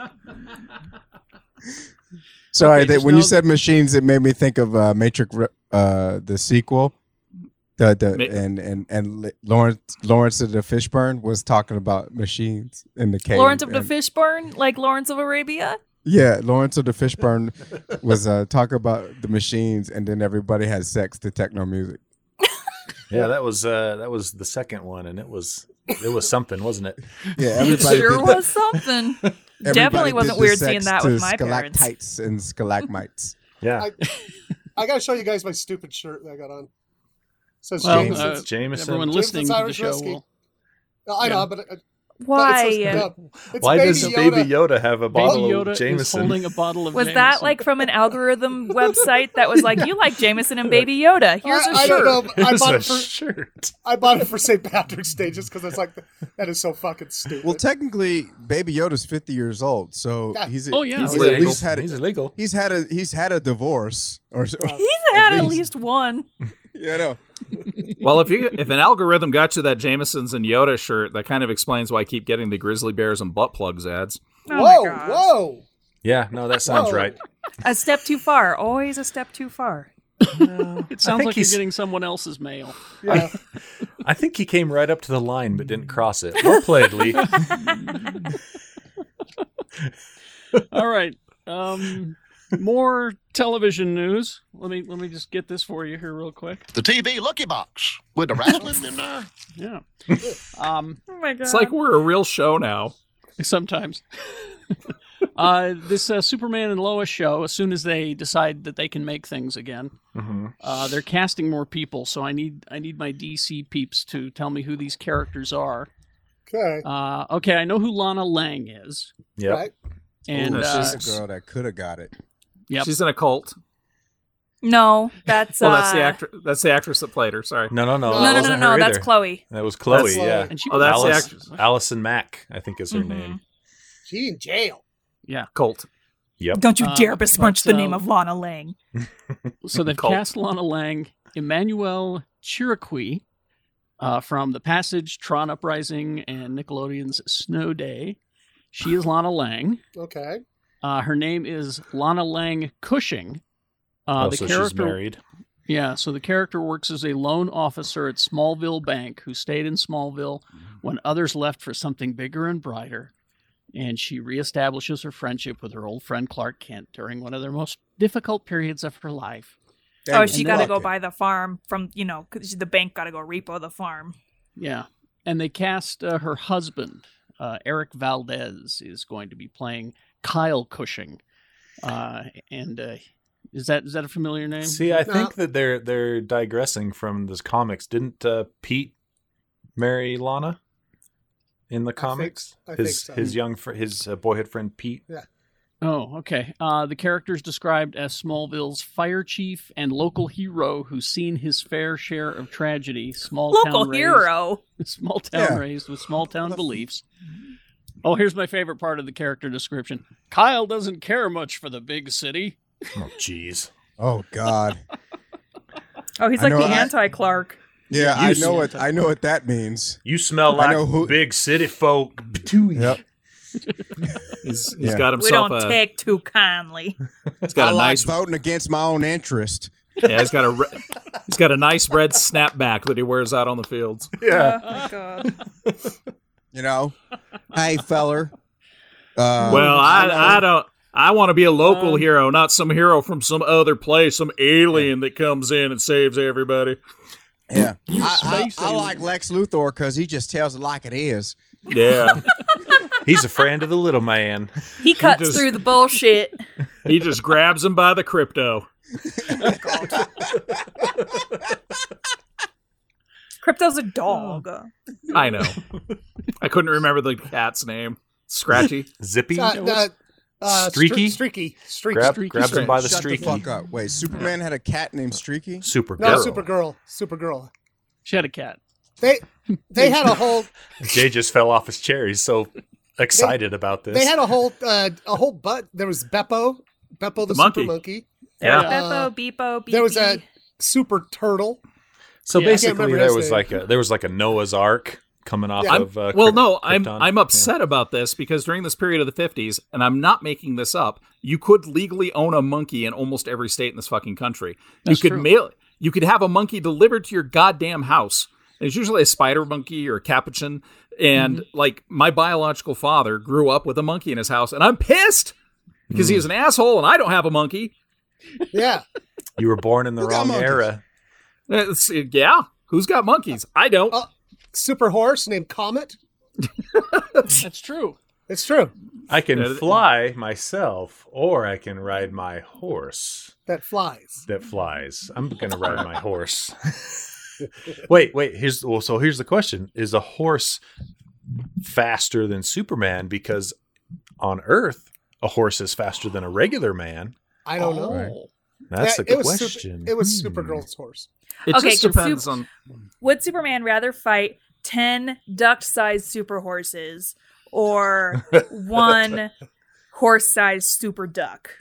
Sorry,
Okay,
that
just
when you
know-
said machines, it made me think of uh, Matrix, Re- uh, the sequel. The, the,
Ma-
and and and Li- Lawrence Lawrence of the Fishburne was talking about machines in the cave.
Lawrence of the
and-
Fishburne, like Lawrence of Arabia.
Yeah, Lawrence of the Fishburne was uh, talking about the machines, and then everybody had sex to techno music.
Yeah, that was uh that was the second one and it was it was something, wasn't it?
Yeah,
It
everybody
sure
did
was something.
everybody
Definitely
did
wasn't
the
weird seeing
sex
that
to
with my parents.
stalactites and stalagmites.
Yeah.
I- I gotta show you guys my stupid shirt that I got on. It says
Well,
James.
uh,
Jameson's Jameson.
Everyone
Jameson's
listening to the
Irish
show
whiskey.
will.
No, I know,
yeah.
but uh, it,
Why?
it's, just dumb. It's
Why
Baby
does
Yoda.
Baby Yoda have a
Baby
bottle
Yoda
of
is
Jameson?
holding a bottle of
was
Jameson.
that like from an algorithm website that was like, you like Jameson and Baby Yoda? Here's
I-
a
I
shirt.
don't know. but I
It's
bought
a
it for
shirt.
I bought it for St. Patrick's Day just because it's like that is so fucking stupid.
Well, technically, Baby Yoda's fifty years old, so
Yeah.
he's
Oh, yeah.
he's
He's
at
illegal.
least had
He's
a,
illegal.
he's had a he's had a divorce or, or
He's had at
least.
least one.
yeah, I know.
Well, if you if an algorithm got you that Jameson's and Yoda shirt, that kind of explains why I keep getting the grizzly bears and butt plugs ads.
Oh my
whoa,
gosh.
whoa.
Yeah, no, that sounds
Whoa.
right.
A step too far. Always a step too far.
It sounds
think
like
he's-
you're getting someone else's mail.
Yeah.
I think he came right up to the line but didn't cross it. Well played, Lee.
All right. Um, more television news. Let me let me just get this for you here real quick.
The TV Lucky Box with the wrestling in there.
Yeah. Um,
Oh my god.
It's like we're a real show now.
sometimes. uh, this uh, Superman and Lois show. As soon as they decide that they can make things again,
Mhm.
uh, they're casting more people. So I need I need my DC peeps to tell me who these characters are.
Okay.
Uh, okay, I know who Lana Lang is,
Yep.
Right.
and
Ooh,
uh,
She's a girl that could have got
Oh,
it.
Yep.
She's in a cult.
no, that's
Well, that's the
uh,
actress. That's the actress that played her. Sorry.
No, no, no.
No,
No,
that
no, no,
wasn't
no,
her
that's
either.
Chloe.
That was Chloe,
That's Chloe. Mm-hmm.
yeah.
and she
Oh, that's the
was-
actress.
Allison Mack, I think is her
Mhm.
name.
She in jail.
Cult.
Yep.
Don't you
Uh,
dare besmirch
but,
the
uh,
name of Lana Lang.
So they've
Cult.
cast Lana Lang, Emmanuel Chiriqui uh, from The Passage, Tron Uprising, and Nickelodeon's Snow Day. She is Lana Lang.
Okay.
Uh, her name is Lana Lang Cushing. Uh,
oh,
the
so
character,
she's married.
yeah. So the character works as a loan officer at Smallville Bank, who stayed in Smallville when others left for something bigger and brighter. And she reestablishes her friendship with her old friend Clark Kent during one of their most difficult periods of her life.
oh,
Dang,
she got to
fuck
go
it.
buy the farm from you know 'cause the bank got to go repo the farm.
Yeah. And they cast uh, her husband, uh, Eric Valdez, is going to be playing Kyle Cushing. Uh, and uh, is that is that a familiar name?
See, I
No.
think that they're they're digressing from this comics. Didn't uh, Pete marry Lana in the comics?
I think
his
so.
his young fr- his uh, boyhood friend Pete.
Oh, okay. Uh, the character is described as Smallville's fire chief and local hero who's seen his fair share of tragedy. Small
Local
town raised-
hero.
small town
Yeah.
raised with small town beliefs. Oh, here's my favorite part of the character description. Kyle doesn't care much for the big city.
Oh, jeez.
Oh God.
Oh, he's
I
like
know
the
I-
anti Clark.
Yeah,
You
I
see
know what I know what that means.
You smell
I
like
know who-
big city folk. Too.
Yep.
He's, he's
Yeah.
got
We
himself
don't
a.
take too kindly.
he's got
I
a
like
nice.
voting against my own interest.
yeah, he's got a. Re- he's got a nice red snapback that he wears out on the fields.
Yeah.
Oh my god.
You know, hey feller. Uh,
well, I, I don't. I want to be a local
Um,
hero, not some hero from some other place, some alien that comes in and saves everybody.
yeah, I,
Space
I, I
alien.
like Lex Luthor because he just tells it like it is.
Yeah,
He's a friend of the little man.
He cuts
just-
through the bullshit.
he just grabs him by the crypto.
Crypto's a dog.
I know. I couldn't remember the cat's name. Scratchy.
Zippy.
Uh, uh, uh,
Streaky?
Stre- streaky. Streaky.
Grab,
Streaky
grabs him by the
Shut
streaky.
the fuck up. Wait, Superman had a cat named Streaky.
Supergirl.
No, Supergirl. Supergirl.
She had a cat.
They they had a whole
Jay just fell off his chair. He's so excited about this.
they had a whole uh, a whole butt. There was Beppo, Beppo the,
monkey.
super monkey,
Yeah.
Uh,
Beppo, Beepo, Beepy.
there was a super turtle.
so
Yeah.
I can't
basically,
remember
there
his
was
name.
like a there was like a Noah's Ark coming off
Yeah.
of. Uh,
Well,
Kryp-
no, I'm
Krypton.
I'm
Yeah.
upset about this because during this period of the 50s, and I'm not making this up, you could legally own a monkey in almost every state in this fucking country.
That's
you could
true.
mail you could have a monkey delivered to your goddamn house. It's usually a spider monkey or a capuchin and like my biological father grew up with a monkey in his house and I'm pissed because
Mm.
he is an asshole and I don't have a monkey.
Yeah,
You were born in the
Who got
wrong
monkeys?
era.
It's- yeah, who's got monkeys? I don't.
Oh. super horse named Comet.
That's true.
It's true.
I
Yeah,
can
th-
fly myself, or I can ride my horse
That flies.
that flies. I'm gonna ride my horse. wait, wait. Here's well. So here's the question: Is a horse faster than Superman? Because on Earth, a horse is faster than a regular man.
I don't know.
Oh.
That's
Yeah,
a good
it was
question.
Super, it was
Hmm.
Supergirl's horse.
It
Okay,
just
can
depends
Sup-
on
Would Superman rather fight 10 duck sized super horses or one horse sized super duck?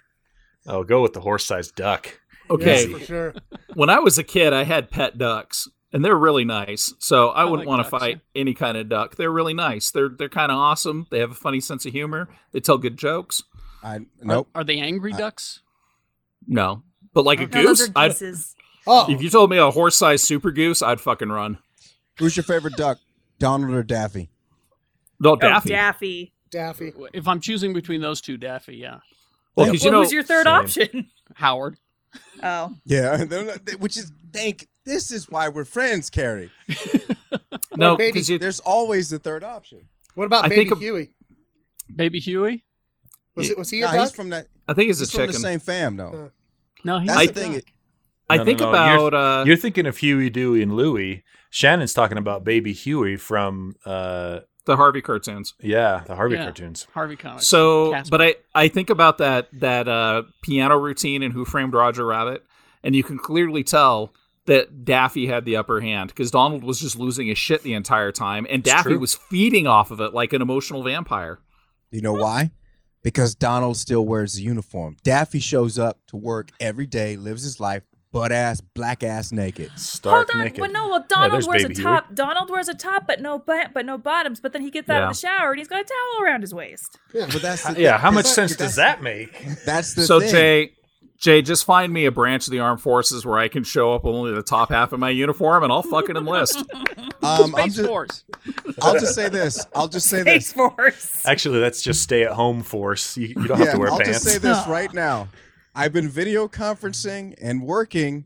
Oh, go with the horse-sized duck.
Yeah,
Okay,
for sure.
when I was a kid, I had pet ducks, and they're really nice. So I,
I like
wouldn't want to
ducks,
fight any kind of duck. They're really nice. They're they're kind of awesome. They have a funny sense of humor. They tell good jokes. Uh,
I nope.
Are they angry
I-
ducks?
No, but like
No,
a goose,
Oh, those are
I'd,
geeses.
Oh,
if you told me a horse-sized super goose, I'd fucking run.
Who's your favorite duck, Donald or Daffy?
No,
Oh,
Daffy.
Daffy.
Daffy.
If I'm choosing between those two, Daffy, yeah.
Well, 'cause
what
you know,
was your third
same.
option?
Howard.
Oh,
Yeah, they're not- they- which is thank. This is why we're friends, Carrie.
no,
Or baby-
'cause you-
There's always the third option.
What about
I
Baby
think a-
Huey?
Baby Huey?
Was it was he a
Nah,
duck?
he's from that.
I think it's a
He's from the
chicken.
same fam though.
Uh,
No, he's
That's
a
the thing.
duck.
I
No, no,
think
no, you're-
about uh,
You're thinking of Huey, Dewey, and Louie. Shannon's talking about Baby Huey from, uh,
the Harvey cartoons.
yeah, the Harvey
Yeah.
cartoons.
Harvey Comics.
So,
Casper.
but I I think about that that uh, piano routine in Who Framed Roger Rabbit, and you can clearly tell that Daffy had the upper hand because Donald was just losing his shit the entire time, and
It's
Daffy
true.
was feeding off of it like an emotional vampire.
You know why? Because Donald still wears the uniform. Daffy shows up to work every day, lives his life, butt ass, black ass naked.
Stark
Hold on,
naked.
but no, well,
Yeah,
Donald
there's
wears a
Baby
top. Donald wears a top, but no, but but no bottoms. But then he gets out
Yeah.
of the shower and he's got a towel around his waist.
But that's the,
Huey. Yeah, how much
that's-
sense does Uh, that make?
That's the
so
thing.
Jay, Jay, just find me a branch of the armed forces where I can show up with only the top half of my uniform, and I'll fucking enlist.
um, I'm
Space
just,
Force.
I'll just say this. I'll just say
Space
this.
Force.
Actually, that's just stay at home force. You, you don't have
Yeah,
to wear
I'll
pants.
just say this right now. I've been video conferencing and working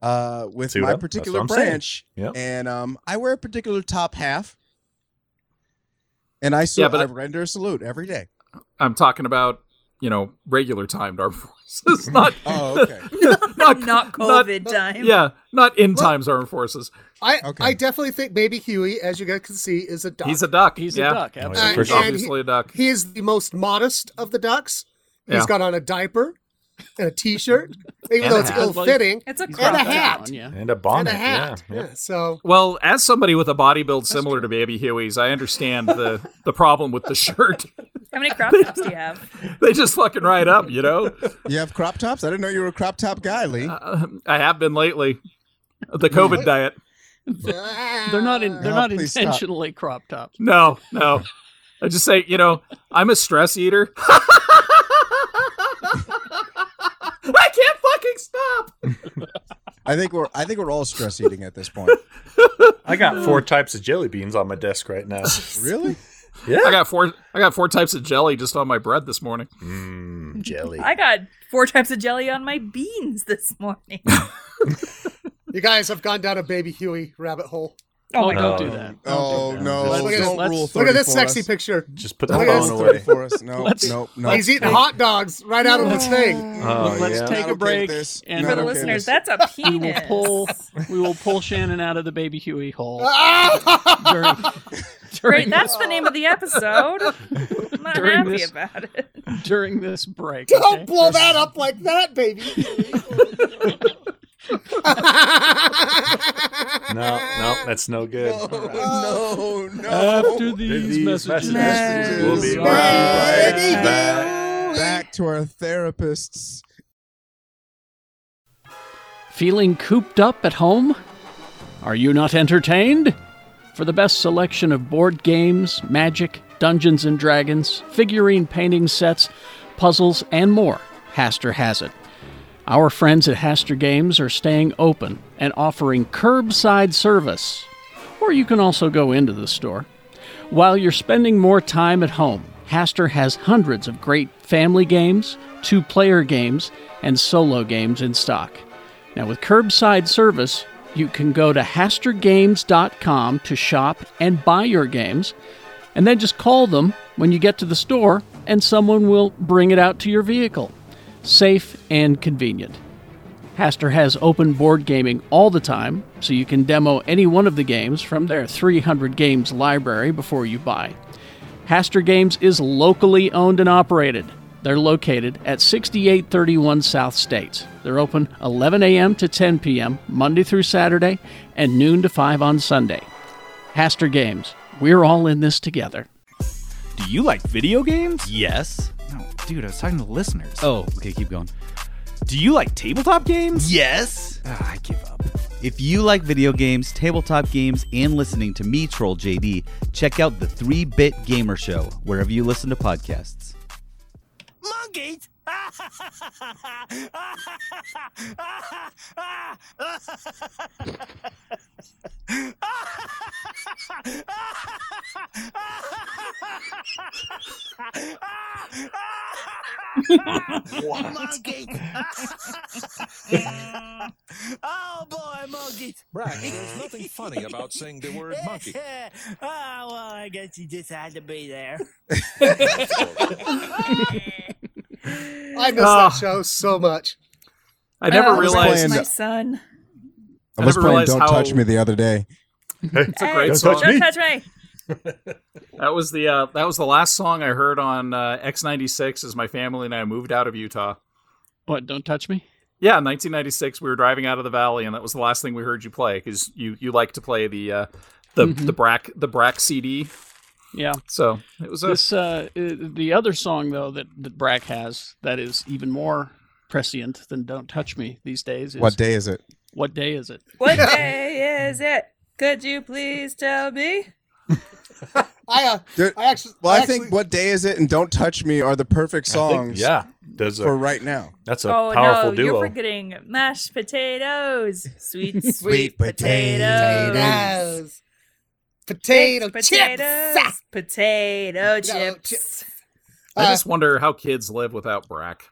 uh, with
Suit up.
my
That's
particular
what I'm saying.
branch,
Yep.
and um, I wear a particular top half, and I, so,
Yeah, but-
I render a salute every day.
I'm talking about you know regular timed armed forces, not
Oh, okay.
not
Not COVID time.
yeah, not in times armed forces.
I
Okay.
I definitely think Baby Huey, as you guys can see, is a duck.
He's a duck.
He's
yeah.
a duck.
yeah,
Absolutely.
And-
for
He's
sure.
and
obviously a duck.
he, he is the most modest of the ducks.
Yeah.
He's got on a diaper and a t-shirt, even
And
though
a
it's
hat.
ill-fitting,
It's a
He's
And
got
a
that
hat.
on, yeah.
And a
and
bonnet.
a hat.
Yeah. yeah.
Yeah, so
Well, as somebody with a body build similar to Baby Huey's, I understand the the problem with the shirt.
How many crop tops do you have?
they just fucking right up, you know.
You have crop tops? I didn't know you were a crop top guy, Lee.
Uh, I have been lately. The COVID diet.
They're not in, they're
Oh,
not
please stop.
intentionally crop tops.
No, no. I just say, you know, I'm a stress eater. I can't fucking stop.
I think we're I think we're all stress eating at this point.
I got four types of jelly beans on my desk right now.
really?
I
yeah.
got four. I got four types of jelly just on my bread this morning.
Mm, jelly.
I got four types of jelly on my beans this morning. Oh,
you guys have gone down a Baby Huey rabbit hole.
Oh,
my
don't
God.
do that. Don't
Oh
do that.
no!
Let's-
Let's-
don't
let's-
rule
Look
thirty
at this
for
sexy
us.
picture.
Just put the
Don't
Look at
phone
rule
this
thirty
away.
for us. No,
Let's-
no, no.
He's eating hot dogs right out of the thing.
Oh,
Let's
yeah.
take
Not
a
okay
break.
with this.
And
Not
For
okay
the
with
listeners,
this.
that's a
we
penis.
will pull we will pull Shannon out of the baby Huey hole
Ah!
during, during,
Great, that's the name of the episode. I'm not
During
happy
this-
about it.
during this break.
Don't
okay?
blow that up like that, baby.
No, no, that's no good.
No, no.
After these,
These
messages,
messages,
we'll be
Back.
Uh,
right
back.
Back to our therapists.
Feeling cooped up at home? Are you not entertained? For the best selection of board games, magic, Dungeons and Dragons, figurine painting sets, puzzles, and more, Haster has it. Our friends at Haster Games are staying open and offering curbside service. Or you can also go into the store. While you're spending more time at home, Haster has hundreds of great family games, two player games, and solo games in stock. Now, with curbside service, you can go to hastergames.com to shop and buy your games, and then just call them when you get to the store, and someone will bring it out to your vehicle. Safe and convenient. Haster has open board gaming all the time, so you can demo any one of the games from their 300 games library before you buy. Haster Games is locally owned and operated. They're located at 6831 South State. They're open 11 a.m. to 10 p.m. Monday through Saturday and noon to 5 on Sunday. Haster Games, we're all in this together.
Do you like video games?
Yes.
No, dude, I was talking to the listeners.
Oh, okay, keep going.
Do you like tabletop games?
Yes.
Ah, I give up.
If you like video games, tabletop games, and listening to me troll JD, check out the 3 Bit Gamer Show wherever you listen to podcasts.
Monkeys? Monkeys. oh boy, monkeys.
Brack, there's nothing funny about saying the word monkey.
oh, well, I guess you just had to be there.
I miss
Ah.
that show so much.
I never
Oh,
realized.
my son.
I was
never
playing
realized
"Don't
how-
Touch Me" the other day.
It's a great
Hey,
song.
Don't touch me.
That was the uh, that was the last song I heard on uh, X96 as my family and I moved out of Utah.
What? Don't touch me.
Yeah, in 1996 we were driving out of the valley and that was the last thing we heard you play because you you like to play the uh, the
Mhm.
the Brack the Brack CD.
Yeah.
So it was a
this. Uh, i- the other song though that that Brack has that is even more prescient than "Don't Touch Me" these days. Is,
What day is it?
What day is it?
What day is it? Could you please tell me?
I uh,
There-
I actually.
Well, I,
actually-
think "What Day Is It" and "Don't Touch Me" are the perfect songs.
yeah, those are-
for right now.
That's
oh no, you're forgetting mashed potatoes, sweet sweet,
Sweet
potatoes,
potatoes. Potato
Baked
chips.
potatoes, potato chips.
uh,
I just wonder how kids live without Brack.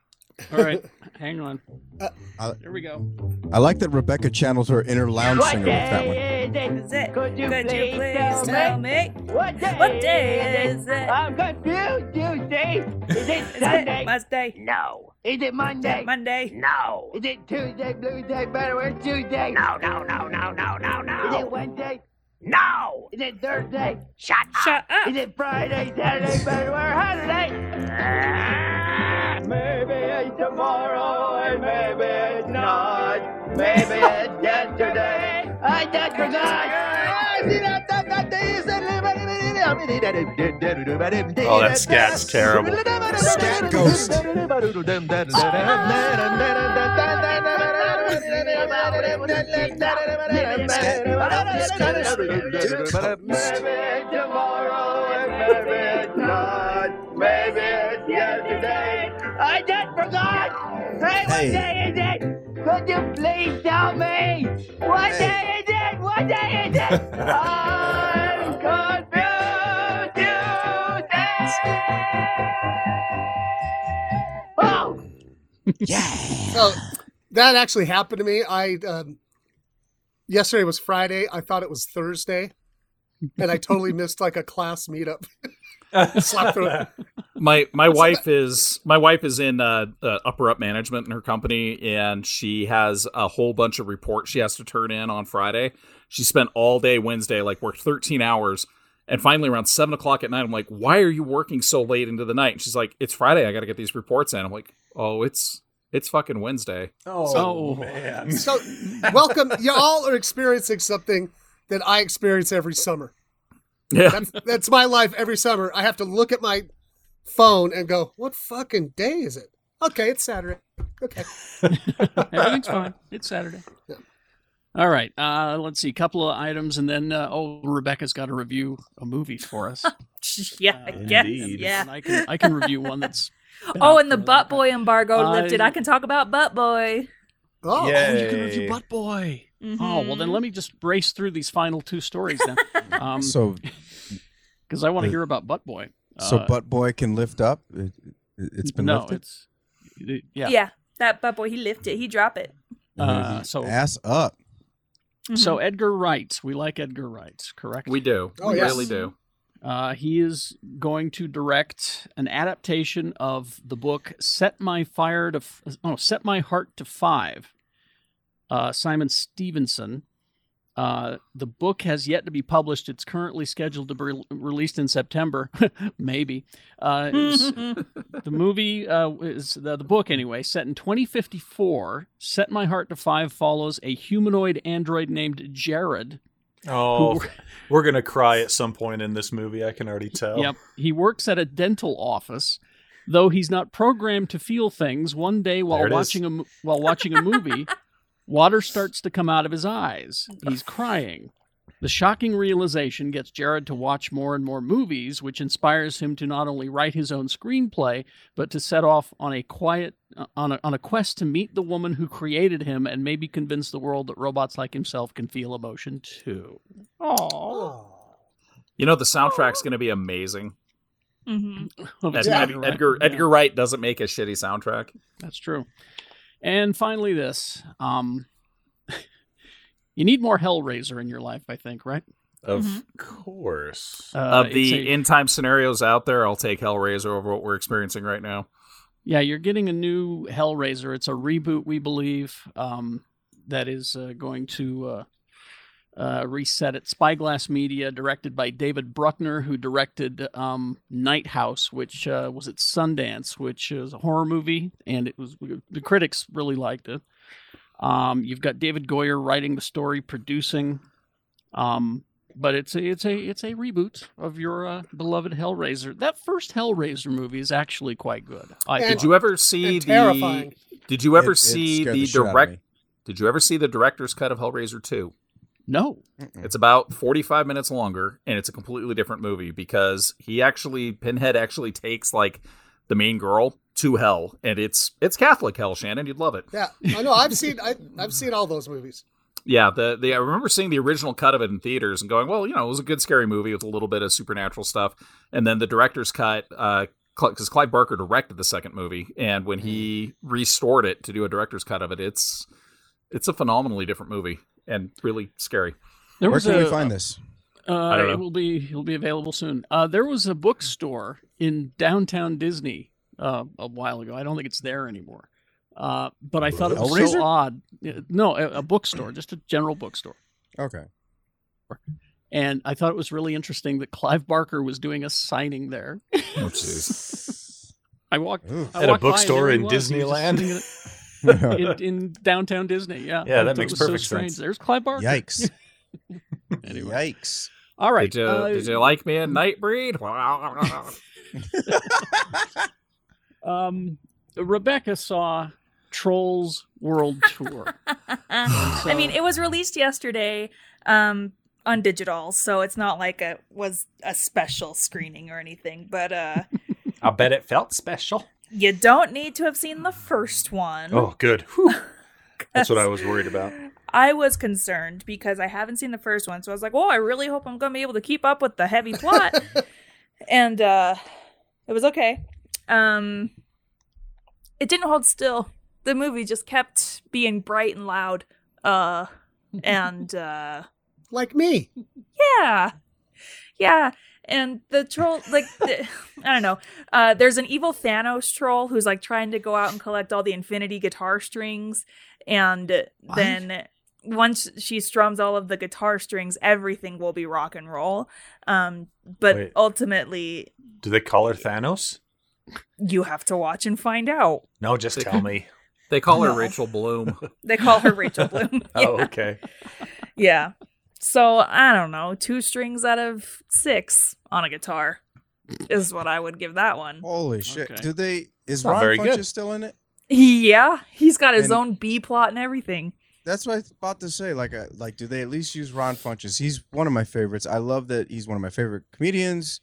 All right, hang on.
I-
Here we go.
I like that Rebecca channels her inner lounge singer with that one.
is it? Could you please, tell me? What day, is it? I'm confused, Tuesday. Is it Sunday? Wednesday? No. Is it Monday? Monday? No. Is it Tuesday, Tuesday, Better Tuesday? No, no, no, no, no, no, no. Is it Wednesday? No. Is it Thursday? Shut up. Shut up. Is it Friday, Saturday, Better Holiday? Maybe it's tomorrow and maybe it's not. Maybe it's yesterday. I just forgot.
Oh, that scat's terrible.
Scat Ghost.
I just forgot. Hey, what day is it? Could you please tell me? What day is it? What day is it? I'm confused Tuesday. Oh,
So that actually happened to me. I um, yesterday was Friday. I thought it was Thursday, and I totally missed like a class meetup. Slept through it.
my my wife is my wife is in uh, uh, upper up management in her company, and she has a whole bunch of reports she has to turn in on Friday. She spent all day Wednesday, like worked thirteen hours, and finally around seven o'clock at night, I'm like, "Why are you working so late into the night?" And she's like, "It's Friday, I got to get these reports in." I'm like, "Oh, it's it's fucking Wednesday."
Oh.
So-
Oh,
So, welcome. Y'all are experiencing something that I experience every summer.
Yeah.
That's, that's my life every summer. I have to look at my phone and go, what fucking day is it? Okay, it's Saturday. Okay.
Everything's fine. It's Saturday. All right. Uh, let's see. A couple of items, and then uh, oh, Rebecca's got to review a movie for us.
Yeah, I
Uh,
guess.
and-
Yeah.
and I can I can review one that's. been
Oh,
out
and the
for a
Butt Boy embargo
I-
lifted. I can talk about Butt Boy.
Oh, oh, you can review Butt Boy. Oh, well, then
Mhm.
let me just race through these final two stories then. Um,
So,
because I want to
the-
hear about Butt Boy.
so
Uh,
Butt Boy can lift up. It, has been
no,
lifted.
it's it- yeah.
that Butt Boy, he lifted. He drop it. Mm-hmm.
Uh, so
ass up.
so Edgar Wright, we like Edgar Wright, correct?
We do.
Oh,
we
yes.
really do.
Uh, he is going to direct an adaptation of the book "Set My Fire to F- oh, No, Set My Heart to Five. Uh, Simon Stevenson. Uh, the book has yet to be published. It's currently scheduled to be re- released in September, maybe. Uh, it's-
Mm-hmm.
the movie uh, is the, the book anyway, set in 2054. "Set My Heart to Five follows a humanoid android named Jared.
Oh,
who-
we're gonna cry at some point in this movie. I can already tell.
Yep. He works at a dental office. Though he's not programmed to feel things, one day while
There it is.
watching a mo- while watching a movie, Water starts to come out of his eyes. He's crying. The shocking realization gets Jared to watch more and more movies, which inspires him to not only write his own screenplay, but to set off on a quiet uh, on a, on a quest to meet the woman who created him and maybe convince the world that robots like himself can feel emotion too.
Oh.
You know the soundtrack's going to be amazing.
Mm-hmm.
Of
Ed-
Edgar
Ed-
Wright,
Edgar
yeah.
Edgar Wright doesn't make a shitty soundtrack.
That's true. And finally, this. Um, you need more Hellraiser in your life, I think, right?
Of course.
Mm-hmm. Uh,
of the
it's a-
in time scenarios out there, I'll take Hellraiser over what we're experiencing right now.
Yeah, you're getting a new Hellraiser. It's a reboot, we believe, um, that is uh, going to uh, uh, reset it. Spyglass Media, directed by David Bruckner, who directed um, Night House, which uh, was at Sundance, which is a horror movie, and it was the critics really liked it. Um, you've got David Goyer writing the story, producing. Um, but it's a it's a it's a reboot of your uh, beloved Hellraiser. That first Hellraiser movie is actually quite good. I
did
thought.
you ever see
and
the?
terrifying.
Did you ever
It- it
see
scared
the
the shit out of
direct?
me.
Did you ever see the director's cut of Hellraiser Two?
No.
It's about forty-five minutes longer, and it's a completely different movie because he actually Pinhead actually takes like the main girl to hell, and it's it's Catholic hell. Shannon, you'd love it.
Yeah, I know. I've seen I, I've seen all those movies.
Yeah, the, the I remember seeing the original cut of it in theaters and going, well, you know, it was a good scary movie with a little bit of supernatural stuff. And then the director's cut, because Clive Barker directed the second movie, and when he restored it to do a director's cut of it, it's it's a phenomenally different movie and really scary.
There Where was can we a-
Find this.
Uh,
I don't know.
It will be it'll be available soon. Uh, there was a bookstore in downtown Disney uh, a while ago. I don't think it's there anymore. Uh, but I thought it was
Hellraiser?
so odd. Yeah, No, a, a bookstore, just a general bookstore.
Okay.
And I thought it was really interesting that Clive Barker was doing a signing there.
Oh,
I walked
Ooh.
I walked
At a
by and
bookstore
there he
in
was. He was just
Disneyland?
sitting in, in, in downtown Disney. Yeah,
Yeah,
I
that
thought it
makes
was
perfect
so strange.
sense.
There's Clive Barker.
Yikes.
anyway.
Yikes.
All right.
Did you,
uh,
did you like me in Nightbreed?
um, Rebecca saw Trolls World Tour.
I mean, it was released yesterday um, on digital, so it's not like it was a special screening or anything. But uh,
I bet it felt special.
you don't need to have seen the first one.
Oh, good. That's what I was worried about.
I was concerned because I haven't seen the first one, so I was like, "Oh, I really hope I'm going to be able to keep up with the heavy plot." and uh, it was okay. Um, it didn't hold still. The movie just kept being bright and loud. Uh, and uh,
like me.
Yeah, yeah. And the troll, like, the, I don't know. Uh, there's an evil Thanos troll who's like trying to go out and collect all the Infinity guitar strings, and then once she strums all of the guitar strings, everything will be rock and roll. Um, but
Wait.
ultimately,
Do they call her Thanos?
you have to watch and find out.
No, just tell me.
They call her
No.
Rachel Bloom.
They call her Rachel Bloom.
Oh, okay.
Yeah. So I don't know, two strings out of six on a guitar is what I would give that one.
Holy shit!
Okay.
Did they? Is
Not
Ron
very
Funches
good.
still in it?
Yeah, he's got his
And-
own B plot and everything.
That's what I was about to say. Like, uh, like, do they at least use Ron Funches? He's one of my favorites. I love that he's one of my favorite comedians,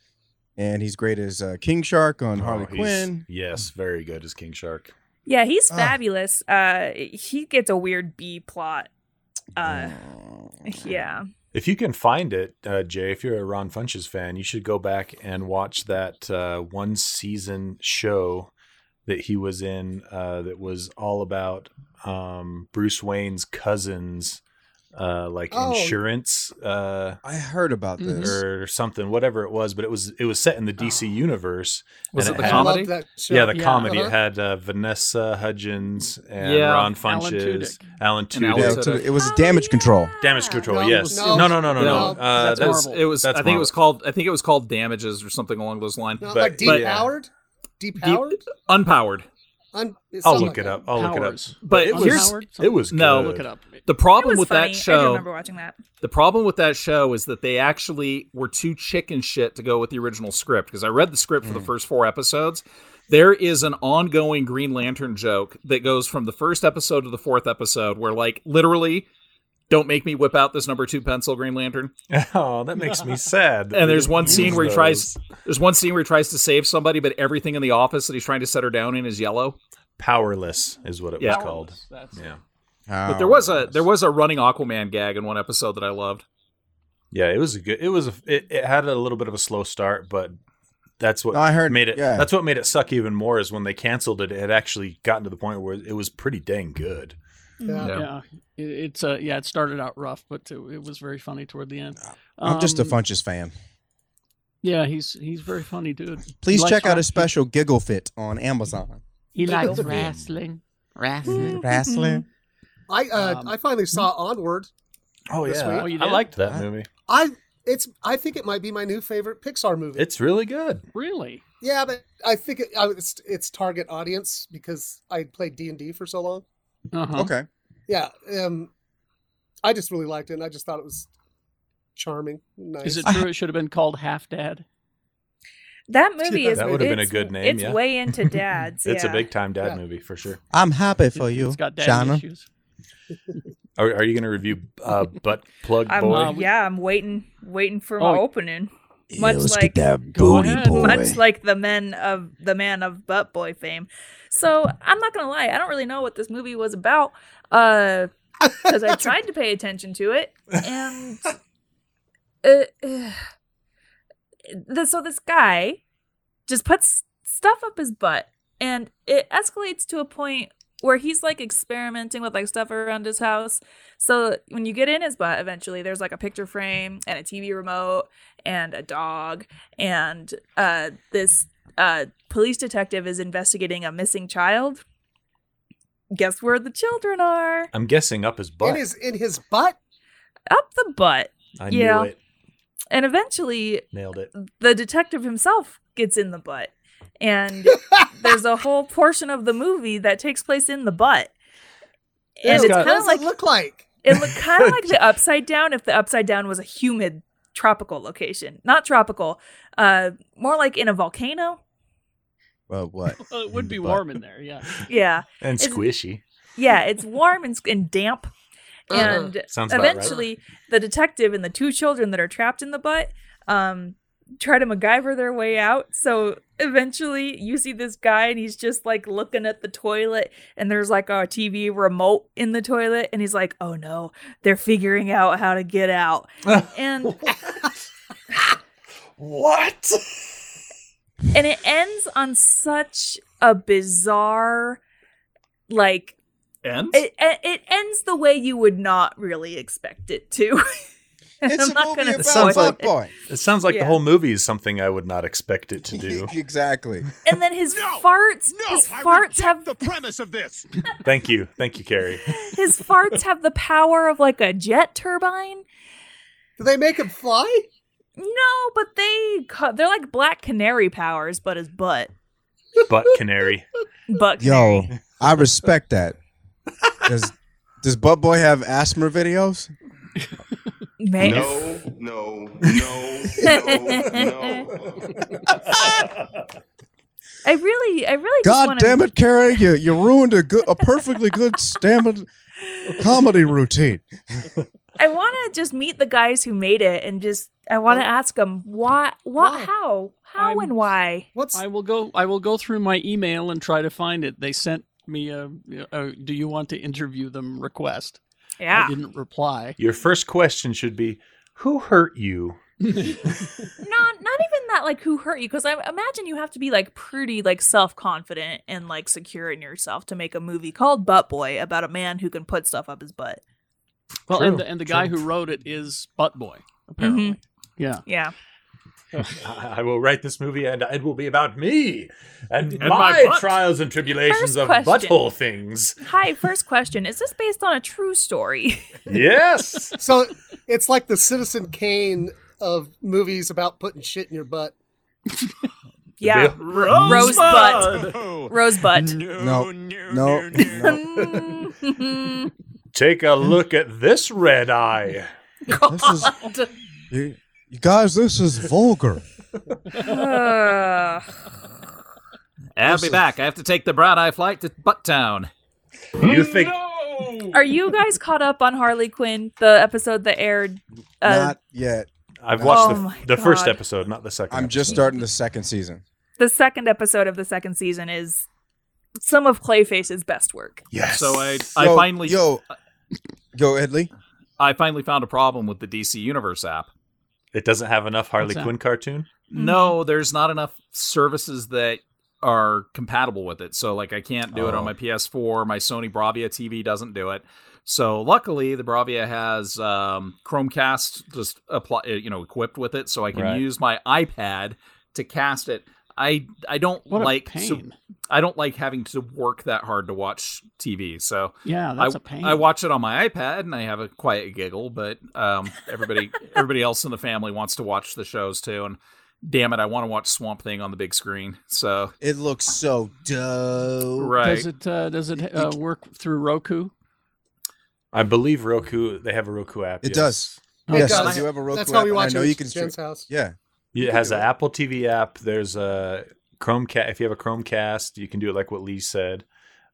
and he's great as uh, King Shark on Harley
Oh, he's-
Quinn.
Yes, very good as King Shark.
Yeah, he's
Ah.
fabulous. Uh he gets a weird B plot. Uh yeah.
If you can find it, uh, Jay, if you're a Ron Funches fan, you should go back and watch that uh, one season show that he was in uh, that was all about um, Bruce Wayne's cousins, uh, like
Oh.
insurance. Uh,
I heard about
Mm-hmm.
this.
or something, whatever it was, but it was it was set in the DC universe.
Was
and
it the comedy? I love
Had,
that show.
yeah, the
Ah. Yeah.
comedy. It
Uh-huh.
had uh, Vanessa Hudgens and
Yeah,
Ron
Alan
Funches,
Tudyk.
Alan
And
Tudyk.
Alan
Yeah, so it was damage control.
Oh,
Damage control.
No,
yes.
no,
No. No. No. No. No.
no.
Uh,
that's, Marvel. It was. I
that's
think it was
Marvel.
called. I think it was called damages or something along those lines.
Not
but,
like
but-
depowered. Depowered.
Deep- unpowered.
Un-
I'll
something like
look it
that.
up. I'll look it up.
Powers. But
it was.
Unpowered?
It was.
No,
good.
look it up. The problem
It was
with
funny.
that
I do
show.
remember watching that.
The problem with that show is that they actually were too chicken shit to go with the original script because I read the script for the first four episodes. There is an ongoing Green Lantern joke that goes from the first episode to the fourth episode, where like literally, don't make me whip out this number two pencil, Green Lantern.
Oh, that makes me sad.
And there's one
Use
scene where he
those.
tries. There's one scene where he tries to save somebody, but everything in the office that he's trying to set her down in is yellow.
Powerless is what it
Yeah.
was called.
That's
yeah.
But
Oh,
there was a there was a running Aquaman gag in one episode that I loved.
Yeah, it was a good. It was a, it, it had a little bit of a slow start, but that's what
No, I heard-
made it.
yeah.
That's what made it suck even more is when they canceled it. It had actually gotten to the point where it was pretty dang good.
Yeah,
Yeah.
It, it's uh, yeah, it started out rough, but it, it was very funny toward the end.
I'm just a
Um,
Funches fan.
Yeah, he's he's very funny dude.
Please
He likes
check out
ra-
his special Giggle Fit on Amazon.
He likes
Giggle.
wrestling.
Wrestling, wrestling.
I uh,
Um,
I finally saw Onward.
Oh
this
yeah,
week.
I liked that movie.
I it's I think it might be my new favorite Pixar movie.
It's really good.
Really?
yeah, but I think it, I, it's its target audience because I played D and D for so long.
Uh-huh.
Okay.
Yeah, um, I just really liked it. and I just thought it was charming. Nice.
Is it true it should have been called Half Dad?
That movie
Yeah,
is
that would have been a
it's-
good name,
It's
yeah.
way into dads.
It's
yeah.
a big time dad movie for sure.
I'm happy for you,
It's got dad
Jana.
issues.
Are, are you going to review uh, butt plug
I'm
boy?
yeah, I'm waiting waiting for
Oh.
my opening. Much
let's
like
get that booty boy.
much like the men of the man of butt boy fame. So I'm not gonna lie, I don't really know what this movie was about. Uh because I tried to pay attention to it and uh, uh, th- so this guy just puts stuff up his butt and it escalates to a point where he's like experimenting with like stuff around his house so when you get in his butt eventually there's like a picture frame and a tv remote and a dog and uh this uh police detective is investigating a missing child guess where the children are
I'm guessing up his butt.
in his in his butt?
up the butt
I knew
yeah
it.
and eventually
Nailed it.
the detective himself gets in the butt. And there's a whole portion of the movie that takes place in the butt. And
Ew,
it's
what
kind
does
of like
it look like?
it looked kind of like the upside down if the upside down was a humid tropical location. Not tropical, uh more like in a volcano.
Well, what?
Well, Oh, it would be
But-
warm in there, yeah.
Yeah.
And
It's-
squishy.
Yeah, it's warm and, and damp.
Uh-huh.
And
Sounds about right.
eventually, the detective and the two children that are trapped in the butt um, try to MacGyver their way out. So eventually, you see this guy, and he's just like looking at the toilet, and there's like a TV remote in the toilet, and he's like, oh no, they're figuring out how to get out. and
what?
and it ends on such a bizarre, like,
Ends?
It, it it ends the way you would not really expect it to. And
It's a movie
gonna
about
spoil
Butt
it.
Boy.
It sounds like
Yeah.
the whole movie is something I would not expect it to do.
exactly.
And then his farts, his farts have
the premise of this.
Thank you. Thank you, Carrie.
his farts have the power of like a jet turbine.
Do they make him fly?
No, but they ca- they're like black canary powers, but his butt,
Butt canary.
butt.
Yo, I respect that. Does Does Butt Boy have asthma videos?
Man.
No, no, no, no,
I really, I really. just
God
wanna-
damn it, Carrie! You you ruined a good, a perfectly good stammered comedy routine.
I want to just meet the guys who made it and just I want to ask them why, what, how, how, and why.
What's
I will go. I will go through my email and try to find it. They sent me a, a "Do you want to interview them?" request.
Yeah.
I didn't reply.
Your first question should be Who hurt you?
not not even that like who hurt you because i imagine you have to be like pretty like self-confident and like secure in yourself to make a movie called butt boy about a man who can put stuff up his butt
Well,
True,
and the, and the guy
true.
who wrote it is Butt Boy. Apparently, yeah.
yeah
I I will write this movie and it will be about me and,
And
my,
my butt.
trials and tribulations
First
of
question.
butthole things.
hi first question is this based on a true story
Yes.
So it's like the Citizen Kane of movies about putting shit in your butt.
yeah
Rosebud.
rosebud rosebud
No, no, no.
Mm-hmm.
Take a look at this red eye.
This is you, you guys. This is vulgar.
Ugh.
I'll be back. I have to take the broad eye flight to Bucktown.
You
Hmm?
think
Are you guys caught up on Harley Quinn, the episode that aired? Uh,
Not yet.
I've
Not
watched
Oh
the,
my
the first
God.
episode, not the second.
I'm just
episode.
starting the second season.
the second episode of the second season is some of Clayface's best work.
Yes.
So I, I
Yo,
finally,
yo, go ahead, Lee.
I finally found a problem with the DC Universe app.
It doesn't have enough Harley
What's that?
Quinn cartoon.
No, there's not enough services that are compatible with it. So like I can't do it
Oh.
on my PS4. My Sony Bravia TV doesn't do it. So luckily the Bravia has um, Chromecast just apply, uh, you know, equipped with it, so I can
Right.
use my iPad to cast it. I I don't
What a
like so-
pain.
I don't like having to work that hard to watch TV. So
Yeah, that's
I,
a pain.
I watch it on my iPad and I have a quiet giggle, but um, everybody everybody else in the family wants to watch the shows too. And damn it, I want to watch Swamp Thing on the big screen. So
It looks so dope.
right,
Does it uh, does it uh, work through Roku?
I believe Roku. They have a Roku app.
It
yes.
does.
Oh,
yes,
God.
I do have a Roku
That's how we
app, and
watch
I know
it
you
at
can
Jen's
stream-
house.
Yeah.
It has an Apple TV app. There's a Chromecast. If you have a Chromecast, you can do it like what Lee said.